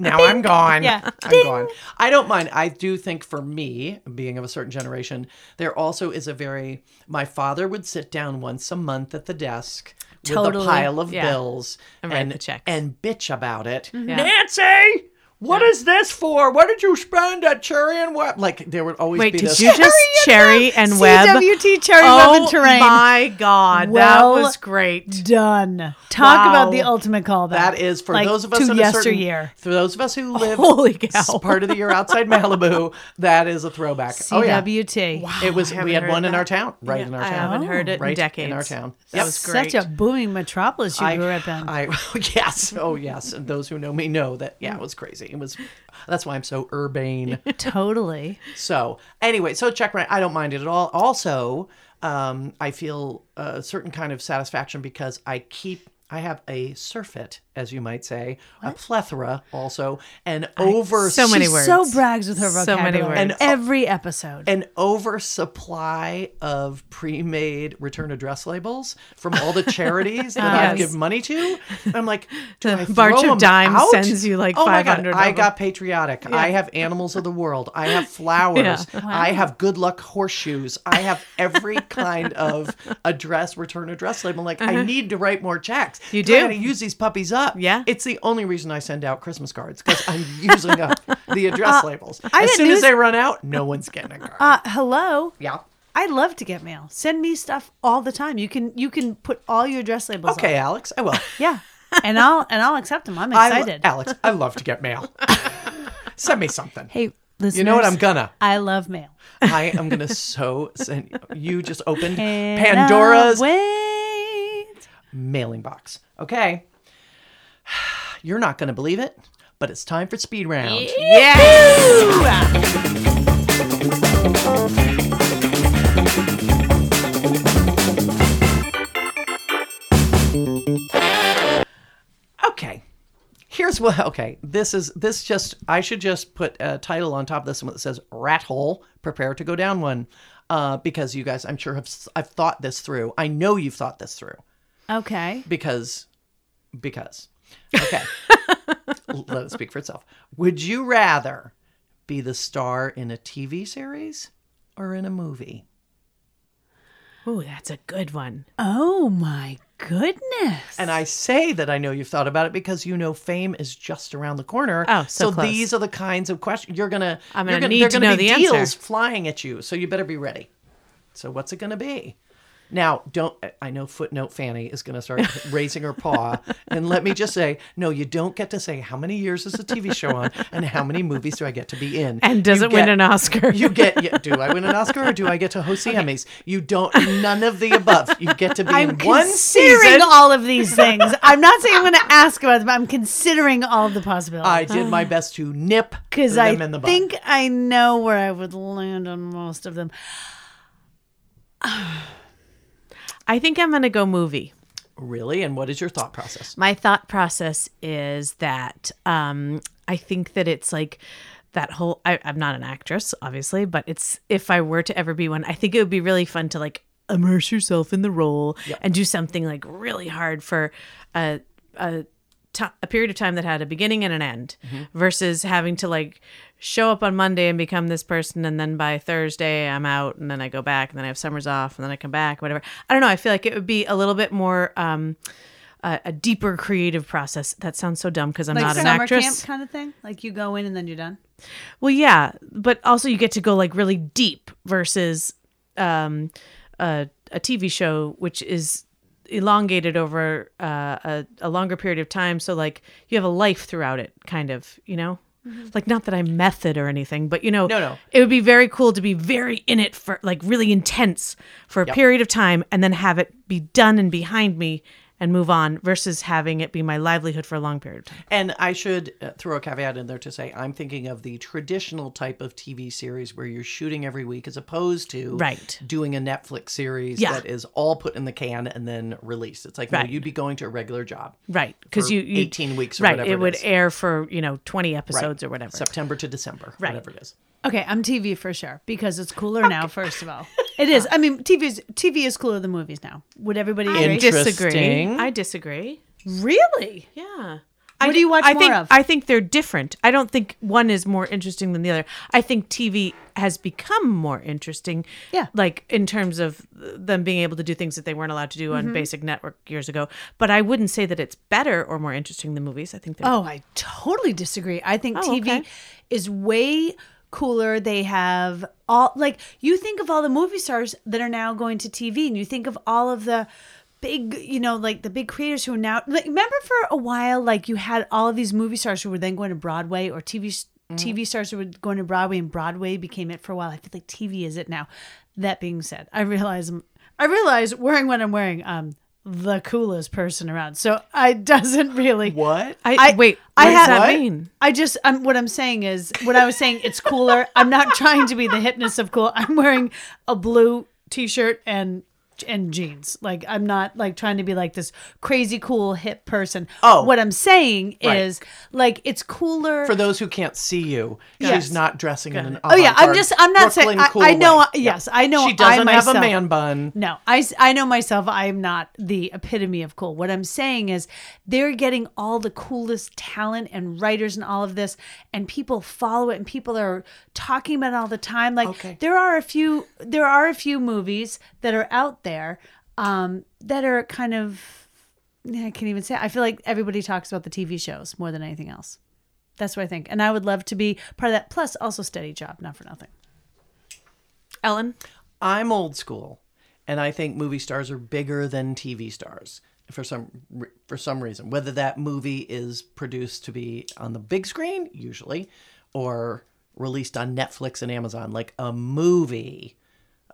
now I'm gone. Yeah. I'm gone. I don't mind. I do think for me, being of a certain generation, there also is a very. My father would sit down once a month at the desk with Totally. a pile of Yeah. bills And write the checks. Mm-hmm. and bitch about it. Yeah. Nancy, What is this for? What did you spend at Cherry and Web? Like there would always Wait, be did this. you just cherry and web? CWT Cherry Web oh and Terrain. my god, Well that was great. Done. Talk Wow. about the ultimate callback. That is for Like, those of us to in a certain, yesteryear. For those of us who live Holy cow! s- part of the year outside Malibu, that is a throwback. Oh yeah, CWT. it was. I haven't We had heard one in that. our town, right in our I town, haven't heard it right in decades. in our town. That was great. Such a booming metropolis you I, grew up in. I yes, oh yes, and those who know me know that. Yeah, it was crazy. It was. That's why I'm so urbane. totally. So anyway, so check right. I don't mind it at all. Also, um, I feel a certain kind of satisfaction because I keep. I have a surfeit, as you might say, a plethora also, an over so many She words. so brags with her So many vocabulary. words. uh, In every episode. an oversupply of pre-made return address labels from all the charities that I've Yes. given money to. I'm like, do I throw Barch of them Dimes out? sends you, like, oh my 500 God, of I them. got patriotic. I have animals of the world. I have flowers. I have good luck horseshoes. I have every kind of address return address label. I'm like, I need to write more checks. Uh-huh. You 'cause I do. gotta use these puppies up. Yeah. it's the only reason I send out Christmas cards because I'm using up the address Uh, labels. as got soon as news- they run out, no one's getting a card. Uh, hello. Yeah. I love to get mail. Send me stuff all the time. You can you can put all your address labels. on. Okay, Alex. I will. Yeah. And I'll and I'll accept them. I'm I lo- excited. Alex, I love to get mail. Send me something. hey, listeners. you know what? I'm gonna. I love mail. I am gonna so send you. Just opened And Pandora's I'll Wait. mailing box. Okay. You're not gonna believe it, but it's time for speed round. Yes. Okay. Here's what. Okay, this is this just. I should just put a title on top of this one that says "Rat Hole." Prepare to go down one, uh, because you guys, I'm sure, have s- I've thought this through. I know you've thought this through. Okay. because because okay let it speak for itself would you rather be the star in a tv series or in a movie Ooh, that's a good one. Oh my goodness. and i say that i know you've thought about it because you know fame is just around the corner Oh, so close. these are the kinds of questions you're gonna I'm you're gonna need there to gonna know be the deals answer. flying at you so you better be ready so what's it gonna be now don't i know footnote fanny is gonna start raising her paw and let me just say no you don't get to say how many years is the tv show on and how many movies do i get to be in And does You it win get- an Oscar? you get yeah, do I win an Oscar or do I get to host the Emmys? You don't none of the above. You get to be in one considering season. all of these things. I'm not saying I'm going to ask about them. I'm considering all of the I possibilities did my best to nip because them I in the bud. think I know where I would land on most of them. I think I'm gonna go movie. Really? And what is your thought process? my thought process is that um, I think that it's like that whole. I, I'm not an actress, obviously, but it's if I were to ever be one, I think it would be really fun to like immerse yourself in the role and do something like really hard for a a, ti- a period of time that had a beginning and an end, Mm-hmm. versus having to like show up on Monday and become this person, and then by Thursday I'm out, and then I go back, and then I have summers off, and then I come back, whatever. I don't know. I feel like it would be a little bit more. Um, a, a deeper creative process. That sounds so dumb because I'm not an summer actress. camp kind of thing. Like you go in and then you're done. Well, yeah, but also you get to go like really deep versus um, a, a TV show, which is elongated over uh, a, a longer period of time. So like you have a life throughout it, kind of, you know. Like not that I'm method or anything, but you know, Mm-hmm. No, no. it would be very cool to be very in it for like really intense for a period of time, and then have it be done and behind me and move on, versus having it be my livelihood for a long period of time. And I should uh, throw a caveat in there to say I'm thinking of the traditional type of TV series where you're shooting every week as opposed to Right. doing a Netflix series Yeah. that is all put in the can and then released. It's like, no, Right. you'd be going to a regular job. Right, because for you, you 18 weeks or right, whatever it, it would is. air for you know twenty episodes or whatever. September to December, Right. whatever it is. Okay, I'm TV for sure because it's cooler now. First of all, it is. I mean, TV is TV is cooler than movies now. Would everybody I agree? Interesting. disagree. I disagree. really? Yeah, What do you watch I more think, of? I think they're different. I don't think one is more interesting than the other. I think TV has become more interesting. Yeah. Like in terms of them being able to do things that they weren't allowed to do on basic network years ago. But I wouldn't say that it's better or more interesting than movies. I think they're Oh, I totally disagree. I think Oh, TV okay. is way cooler. They have all like you think of all the movie stars that are now going to TV and you think of all of the big, you know, like the big creators who are now like remember for a while like you had all of these movie stars who were then going to Broadway or TV s- Mm. TV stars who were going to Broadway and Broadway became it for a while. I feel like TV is it now. That being said, I realize I realize wearing what I'm wearing um the coolest person around. So I doesn't really What? I, wait, what does have- that What? mean? I just I'm what I'm saying is what I was saying. It's cooler. I'm not trying to be the hipness of cool. I'm wearing a blue t-shirt and and jeans. Like I'm not like trying to be like this crazy cool hip person. Oh. what I'm saying Right. is like it's cooler. For those who can't see you, Yes. she's not dressing in an. oh yeah, I'm just I'm not saying I, cool I know. way. Yes, I know. she doesn't I have myself, a man bun. no, I, s- I know myself. I'm not the epitome of cool. What I'm saying is they're getting all the coolest talent and writers and all of this, and people follow it and people are talking about it all the time. Like Okay. there are a few there are a few movies that are out there um, that are kind of I can't even say. I feel like everybody talks about the TV shows more than anything else. That's what I think, and I would love to be part of that. Plus, also steady job, not for nothing. Ellen? I'm old school, and I think movie stars are bigger than TV stars for some re- for some reason. Whether that movie is produced to be on the big screen, usually, or released on Netflix and Amazon, like a movie.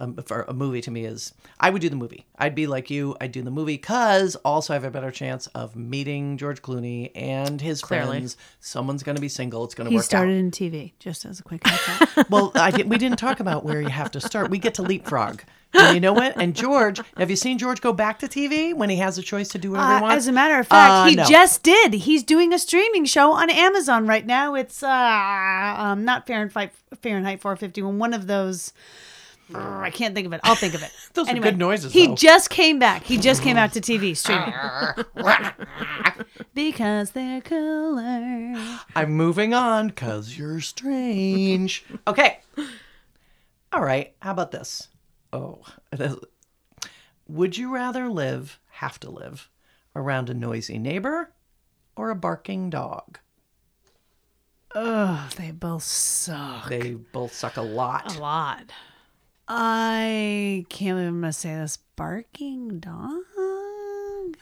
Um, for a movie to me is I would do the movie. I'd be like you. I'd do the movie because also I have a better chance of meeting George Clooney and his Clearly. friends. Someone's going to be single. It's going to He work out. started in TV, just as a quick. heads up. Well, I did, we didn't talk about where you have to start. We get to leapfrog. And you know what? And George, have you seen George go back to TV when he has a choice to do whatever Uh, he wants? As a matter of fact, Uh, he no. just did. He's doing a streaming show on Amazon right now. It's uh, um, not Fahrenheit Fahrenheit 451. One of those. I can't think of it. I'll think of it. Those are anyway, good noises, He though. just came back. He just came out to TV streaming because they're cooler. I'm moving on because you're strange. Okay. All right. How about this? Oh, would you rather live, have to live, around a noisy neighbor or a barking dog? Ugh, they both suck. They both Oh, suck a lot. lot. I can't believe I'm gonna say this. Barking dog.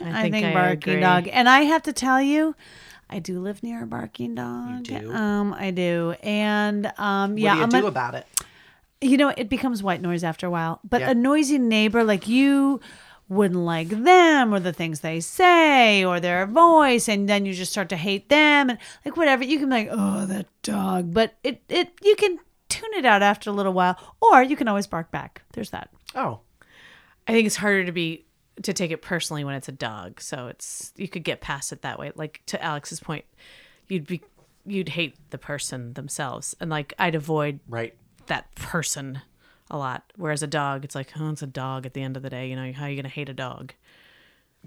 I, think think I barking agree. dog. And I have to tell you, I do live near a barking dog. do? Um, I do. And um, What yeah, do you I'm do gonna- about it? you know, it becomes white noise after a while. But Yeah. a noisy neighbor like you wouldn't like them or the things they say or their voice and then you just start to hate them and like whatever you can be like oh that dog but it it you can tune it out after a little while or you can always bark back there's that Oh, I think it's harder to be to take it personally when it's a dog. So it's you could get past it that way. Like to Alex's point, you'd be you'd hate the person themselves, and like I'd avoid right. that person a lot. Whereas a dog, it's like oh, it's a dog. At the end of the day, you know how are you gonna hate a dog?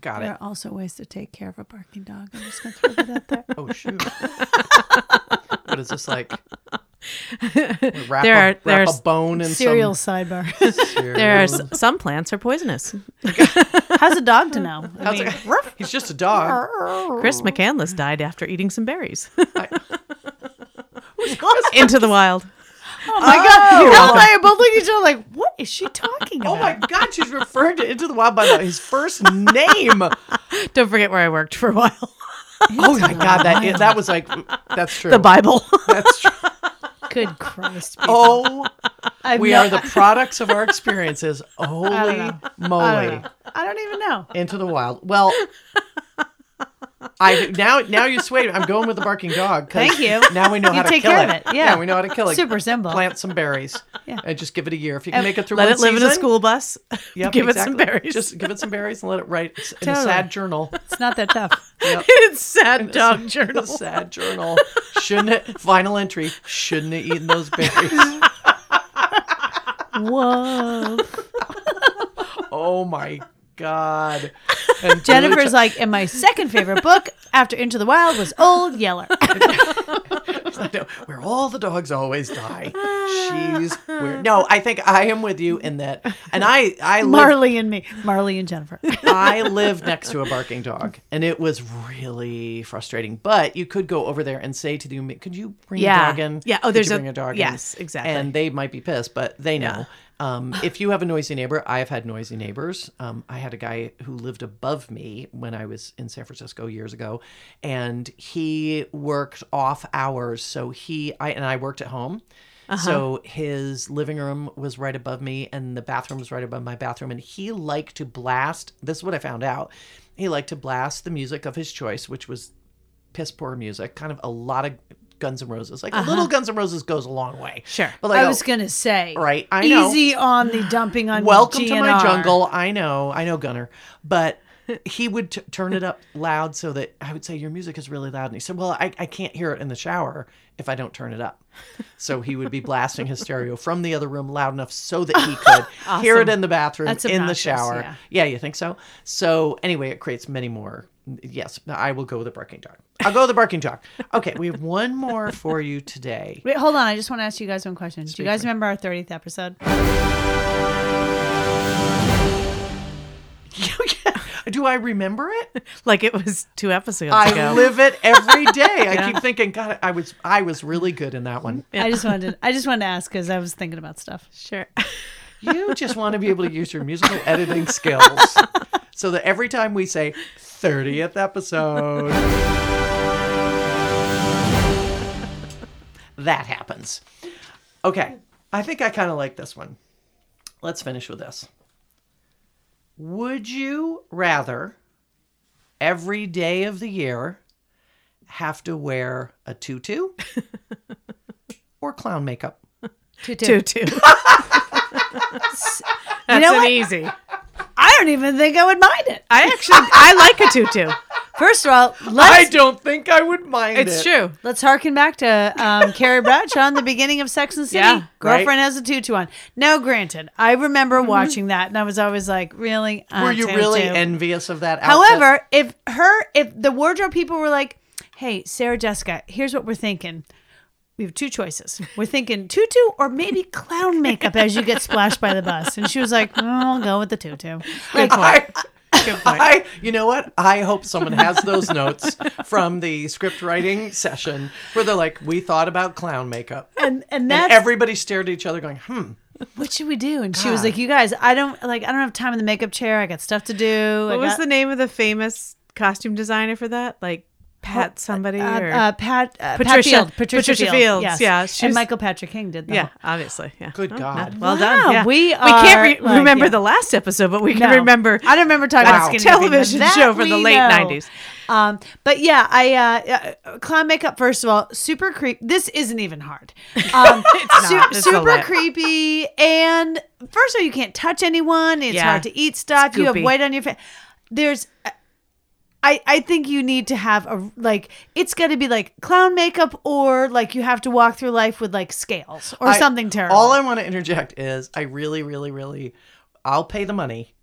Got There it. are also ways to take care of a barking dog. I'm just gonna throw that out there. Oh shoot! what is this like? Wrap, There a, are- wrap there's a bone in Serial some sidebar. cereal. There are s- some plants are poisonous. How's a dog to know? I How's mean, it- He's just a dog. Chris McCandless died after eating some berries Chris- into the wild. oh my god! Ellen and I are both looking at each other like, what is she talking about? oh my god! She's referring to Into the Wild by his first name. Don't forget where I worked for a while. oh my god! That is, that was like that's true. The Bible. that's true. Good Christ! Oh, I've we no- are the products of our experiences. Holy know. I moly! don't know. I don't even know. Into the Wild. Well. I now now you swayed. me. I'm going with the barking dog. 'cause Thank you. Now we know You how to take kill care of it, yeah. we know how to kill it. Super simple. plant some berries Yeah. and just give it a year. If you can make it through Let one it live in a season, school bus. yep, Give it exactly. some berries. Just give it some berries and let it write s- in a Totally. sad journal. It's not that tough. Yep. it's sad dog In a journal. sad journal. Shouldn't it, final entry, shouldn't have eaten those berries. Whoa! Oh my God. And Jennifer's like, and my second favorite book after Into the Wild was Old Yeller. I know, where all the dogs always die. She's weird. No, I think I am with you in that. And I, I live, Marley and me. Marley and Jennifer. I live next to a barking dog, and it was really frustrating. But you could go over there and say to them, "Could you bring Yeah. a dog in? Yeah. Oh, Could there's you a- bring a dog. in?" yes, exactly. And they might be pissed, but they know. Um, if you have a noisy neighbor, I've had noisy neighbors. Um, I had a guy who lived above me when I was in San Francisco years ago, and he worked off hours. So he, I, and I worked at home. So his living room was right above me, and the bathroom was right above my bathroom. And he liked to blast. This is what I found out. He liked to blast the music of his choice, which was piss poor music, kind of a lot of Guns N' Roses. Like a little Guns N' Roses goes a long way. Sure. But like Uh-huh. I a- was going to say. oh, right, I know. Easy on the dumping on Welcome to my GNR. jungle. I know, I know, Gunner, but he would t- turn it up loud so that I would say your music is really loud, and he said, "Well, I, I can't hear it in the shower if I don't turn it up." So he would be blasting his stereo from the other room loud enough so that he could hear it in the bathroom, That's in the obnoxious, shower. yeah. Yeah, you think so? So anyway, it creates many more. Yes, I will go with the barking dog. I'll go with the barking dog. Okay, we have one more for you today. Wait, hold on. I just want to ask you guys one question. Do you guys remember our 30th episode? Do I remember it? Like it was two episodes ago. I live it every day. I keep thinking, God, I was I was really good in that one. I just wanted to, I just wanted to ask because I was thinking about stuff. sure. You just want to be able to use your musical editing skills so that every time we say 30th episode, that happens. Okay. I think I kind of like this one. Let's finish with this. Would you rather every day of the year have to wear a tutu or clown makeup? Toot, Two, toot. two. That's know an what? easy. I don't even think I would mind it. I actually I like a tutu. First of all, I let's don't think I would mind it. It's true. Let's harken back to um, Carrie Bradshaw in the beginning of Sex and the City. Yeah, Girlfriend right. has a tutu on. Now, granted, I remember watching that, and I was always like, "Really? uh, A Were you really tutu? envious of that outfit? However, if her, if the wardrobe people were like, "Hey, Sarah Jessica, here's what we're thinking." We have two choices. We're thinking tutu or maybe clown makeup as you get splashed by the bus. And she was like, "Mm, I'll go with the tutu. Like, I, I, you know what? I hope someone has those notes from the script writing session where they're like, we thought about clown makeup. and, and And that's everybody stared at each other going, hmm. what should we do? And she was like, "You guys, I don't like. I don't have time in the makeup chair. I got stuff to do." I What was got- the name of the famous costume designer for that? Like Pat somebody uh, or uh, Pat, uh, Pat Patricia- Field, Patricia, Patricia Field. Fields, Yes. yeah, she and was- Michael Patrick King did that. yeah, obviously. Yeah. Good Oh, God. Well Wow, done. Yeah. we can't are, re- like, remember yeah. the last episode, but we can remember I don't remember talking about Wow. skinny dipping, but television that show from we the late know. 90s. Um, but yeah, I uh, uh, clown makeup. First of all, super creep. This isn't even hard. Um, su- not. It's a super lot. creepy. And first of all, you can't touch anyone. It's Yeah. hard to eat stuff. You have goopy. white on your face. There's. I, I think you need to have a like it's got to be like clown makeup or like you have to walk through life with like scales or I- something terrible. All I want to interject is I really, really, really, I'll pay the money.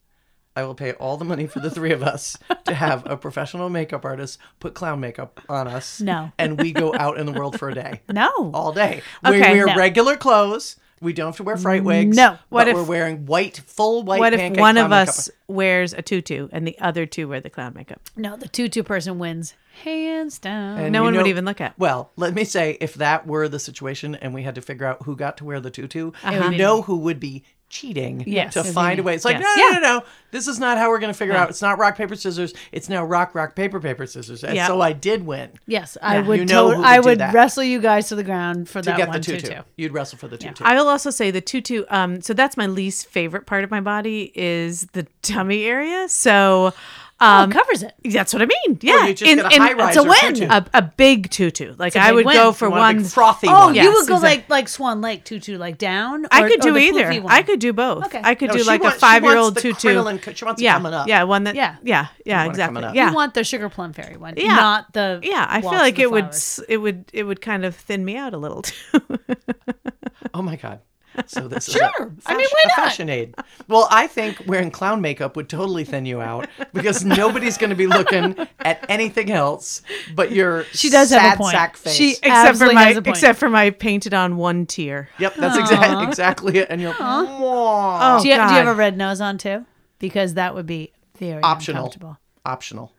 I will pay all the money for the three of us to have a professional makeup artist put clown makeup on us. No. And we go out in the world for a day. no. all day. We Okay, wear no. regular clothes. We don't have to wear fright wigs. No. What What but if- we're wearing white, full white. What if pancake one of clown us makeup. wears a tutu and the other two wear the clown makeup? No, the tutu person wins hands down. And no you one would know- even look at. Well, let me say, if that were the situation, and we had to figure out who got to wear the tutu, Uh-huh. would you be know who would be cheating Yes, to it would find be a way. It's like Yes. no, no, Yeah. no, no. This is not how we're going to figure out. It's not rock paper scissors. It's now rock rock paper paper scissors. And Yeah. so I did win. Yes, I Yeah. would. You know tot- who would I do would that. wrestle you guys to the ground for To that get one the tutu. tutu. you'd wrestle for the tutu. I will also say the tutu. Um, so that's my least favorite part of my body is the tummy area. So, Oh, um, it covers it. that's what I mean. Yeah, you just get a high it's riser a win. tutu. A, a big tutu. Like I big would win. go You for You want a one. big frothy Oh, one. yeah. you yes, would go exact- like like Swan Lake tutu, like down. I or- could or do the either. poofy one. I could do both. Okay. I could No, do she like wants- a she wants five year old the tutu. crinoline co- she wants it yeah, coming up. Yeah, one that. Yeah. Yeah, yeah, yeah, want it coming exactly. up. Yeah, You want the sugar plum fairy one, Yeah. not the. yeah. I feel waltz like with the it would flowers. s- it would it would kind of thin me out a little too. Oh my god. So this Sure. is a, I mean, why a not? fashion aid. Well, I think wearing clown makeup would totally thin you out because nobody's going to be looking at anything else but your She does sad have a point. sack face. She- Except for Absolutely my has a point. except for my painted on one tear. yep, that's exa- exactly it. And you're "Mwah." Oh, do, you, do you have God. a red nose on too? Because that would be very Optional. uncomfortable. optional.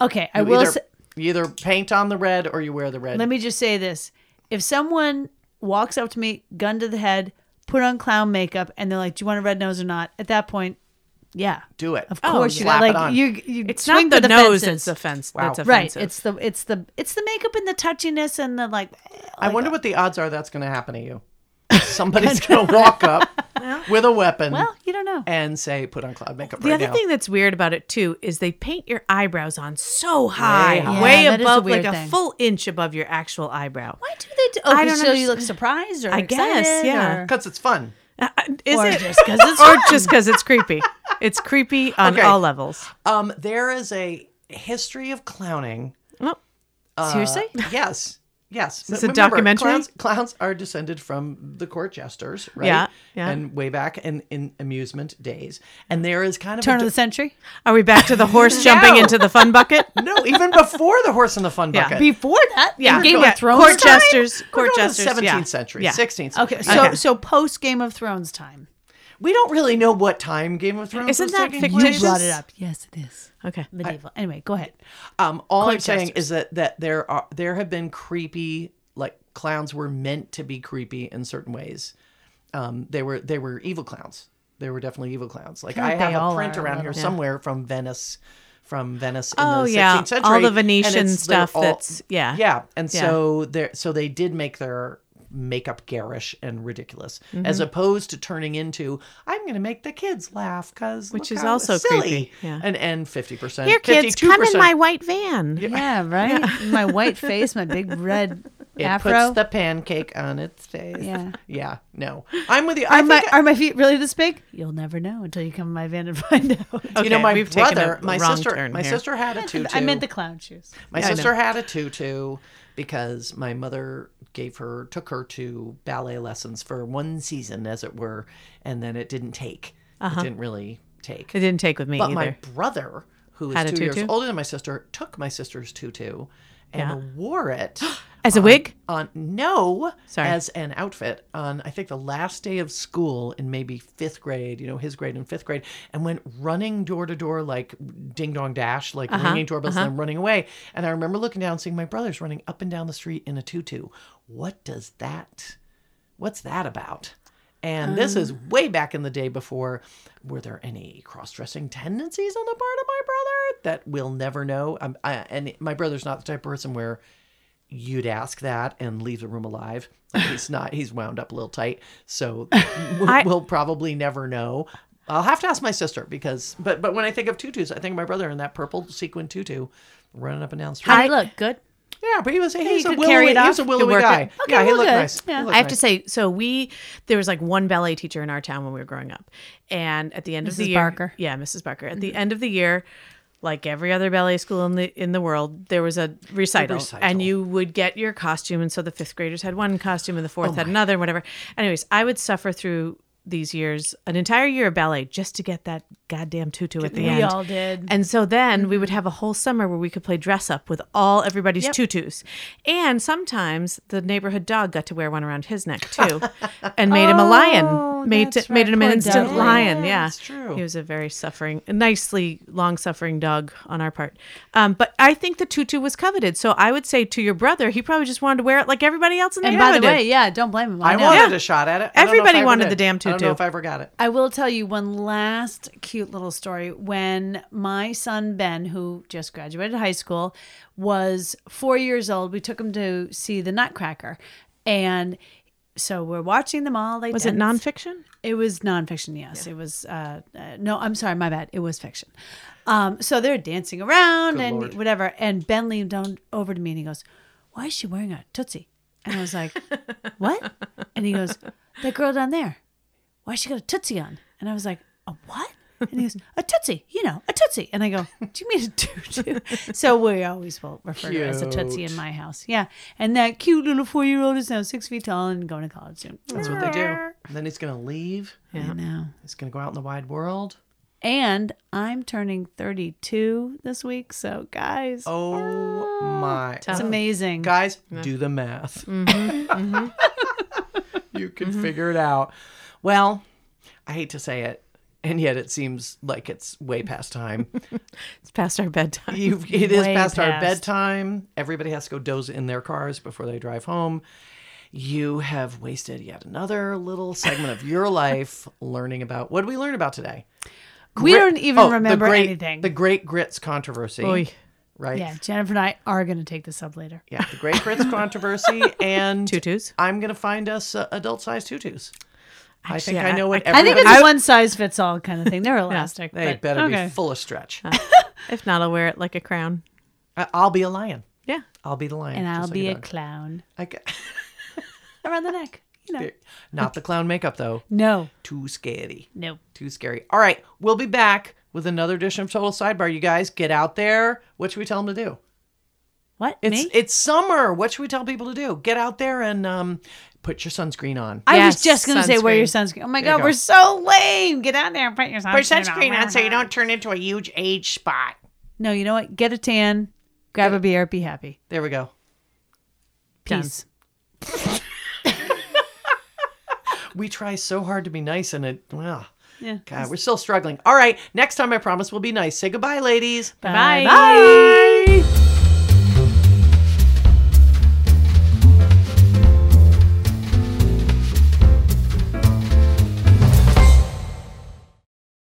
Okay, I You will. either, Say, you either paint on the red or you wear the red. let me just say this: if someone walks up to me, gun to the head, put on clown makeup, and they're like, "Do you want a red nose or not?" At that point, yeah, Do it. Of Oh, course, you slap like it on. you. you It's swing not for the, nose fences. that's offensive. Wow. That's right. offensive. It's the it's the it's the makeup and the touchiness and the like. eh, I wonder what the odds are that's going to happen to you. Somebody's going to walk up with a weapon Well, you don't know. and say, "Put on cloud makeup the right other now." thing that's weird about it too is they paint your eyebrows on so high, high. Yeah, way that is a above weird like thing. a full inch above your actual eyebrow. Why do they? Do, oh, I I don't don't so you underst- look surprised or I guess, excited yeah. or- because it's fun. Uh, Is or it just 'cause it's or just because it's creepy? It's creepy on Okay. all levels. Um, there is a history of clowning. uh, Well, seriously. Yes, yes. this M- a documentary? Clowns, clowns are descended from the court jesters, right? Yeah, yeah. And way back in, in amusement days, and there is kind of Turn a of do- the century. are we back to the horse jumping into the fun bucket? no, even before the horse in the fun Yeah. bucket. Before that, Yeah, in Game Uh, Yeah. of Thrones. court time? jesters, We're court going to jesters, 17th yeah. century, Yeah. 16th century. Okay, so Okay. so post Game of Thrones time. We don't really know what time Game of Thrones Isn't was that taking fictitious? place. You brought it up. Yes, it is Okay. medieval. anyway, go ahead. Um, all I'm saying is that that there are there have been creepy like clowns were meant to be creepy in certain ways. Um, they were they were evil clowns. They were definitely evil clowns. Like I they have a all print are a around here little. somewhere from Venice, from Venice in Oh, the 16th yeah. century. All the and it's- Venetian they're stuff all- that's- yeah. yeah. And Yeah. so there so they did make their makeup garish and ridiculous as Mm-hmm. opposed to turning into i'm going to make the kids laugh because Which is also silly. creepy. Yeah. and and 50% Here, kids, come in 52% my white van. Yeah, right. My white face, my big red It afro. puts the pancake on its face. Yeah. Yeah. No. I'm with you. I are my think I- are my feet really this big? You'll never know until you come to my van and find out. you know, Okay, my we've taken brother, a my wrong sister, turn my here. sister had a tutu. I meant the clown shoes. my Yeah, I know. sister had a tutu because my mother gave her, took her to ballet lessons for one season, as it were, and then it didn't take. It didn't really take. It didn't take with me But Uh-huh. either. my brother, who is Had a two years tutu? older than my sister, took my sister's tutu and wore it. As a wig? on no Sorry. as an outfit on I think the last day of school in maybe fifth grade, you know, his grade in fifth grade, and went running door to door like ding dong dash, like ringing doorbells and then running away. And I remember looking down, seeing my brothers running up and down the street in a tutu. What does that? What's that about? And this is Um. way back in the day before. Were there any cross-dressing tendencies on the part of my brother that we'll never know? Um, I, and my brother's not the type of person where you'd ask that and leave the room alive. Like, he's not. He's wound up a little tight, so we'll, I- we'll probably never know. I'll have to ask my sister because, but but when I think of tutus, I think of my brother in that purple sequin tutu, running up and down the street. I look good. yeah, but he was he was a could carry willowy, it he was a off. willowy work it. guy. Okay, yeah, he well, looked good. nice. He Yeah. looked I have to nice. say, so we there was like one ballet teacher in our town when we were growing up, and at the end of the Mrs. year, Barker. yeah, Mrs. Barker. Mm-hmm. At the end of the year, like every other ballet school in the in the world, there was a recital, recital. and you would get your costume, and so the fifth graders had one costume, and the Oh fourth had another, and whatever. Anyways, I would suffer through these years, an entire year of ballet, just to get that goddamn tutu at the We end. all did. Mm-hmm. And so then we would have a whole summer where we could play dress up with all everybody's tutus. And sometimes the neighborhood dog got to wear one around his neck too and made him a lion. Made Oh, that's made him right. an Poor instant Dudley. lion. Yeah, Yeah. that's true. He was a very suffering, a nicely long suffering dog on our part. Um, but I think the tutu was coveted. So I would say to your brother, he probably just wanted to wear it like everybody else in the And by the neighborhood way, did. yeah, don't blame him. I know. wanted Yeah. a shot at it. I don't know if I Everybody ever wanted did. the damn I don't tutu. know if I ever got it. I will tell you one last cute little story. When my son Ben, who just graduated high school, was four years old, we took him to see the Nutcracker. And so we're watching them all. They was it dance. nonfiction? It was nonfiction, yes. It was, uh, uh, no, I'm sorry, my bad. It was fiction. Um, so they're dancing around and Lord. whatever. And Ben leaned down over to me and he goes, Why is she wearing a Tootsie? And I was like, What? And he goes, That girl down there, why she got a Tootsie on? And I was like, A what? And he goes, a Tootsie, you know, a Tootsie. And I go, do you mean a Tootsie? so we always will refer to her as a Tootsie in Cute. my house. Yeah. And that cute little four year old is now six feet tall and going to college soon. That's what they do. And then he's going to leave. I know. He's going to go out in the wide world. And I'm turning 32 this week. So, guys, Oh my. it's amazing. Guys, do the math. Mm-hmm, you can figure it out. Well, I hate to say it, and yet it seems like it's way past time. It's past our bedtime. You've, it is Way past, our past. bedtime. Everybody has to go doze in their cars before they drive home. You have wasted yet another little segment of your life learning about what did we learn about today? we Grit- don't even oh, the remember great- anything. The Great Grits controversy. Oy. Right? yeah. Jennifer and I are going to take this up later. Yeah, the Great Grits controversy and Tutus. I'm gonna find us uh, adult-sized tutus. I think Actually, I know I- what I- I think everybody- it's a one size fits all kind of thing. They're elastic. They but- better okay. be full of stretch. If not, I'll wear it like a crown. I- I'll be a lion. Yeah. I'll be the lion. And just I'll like be a dog. clown I ca- around the neck. You know. Not the clown makeup though. No, Too scary. no. Too scary. All right, we'll be back with another edition of Total Sidebar. You guys, get out there. What should we tell them to do? What? It's Me? it's summer. What should we tell people to do? Get out there and um, put your sunscreen on. I was Yes, just going to say wear your sunscreen. sunscreen. Oh my There you God, go. we're so lame. Get out there and put your sunscreen, on. turn into a huge age spot. No, you know what? Get a tan, grab a beer, be happy. There we go. Done. Peace. We try so hard to be nice, and it well, Yeah. God, we're still struggling. All right, next time I promise we'll be nice. Say goodbye, ladies. Bye. Bye. Bye.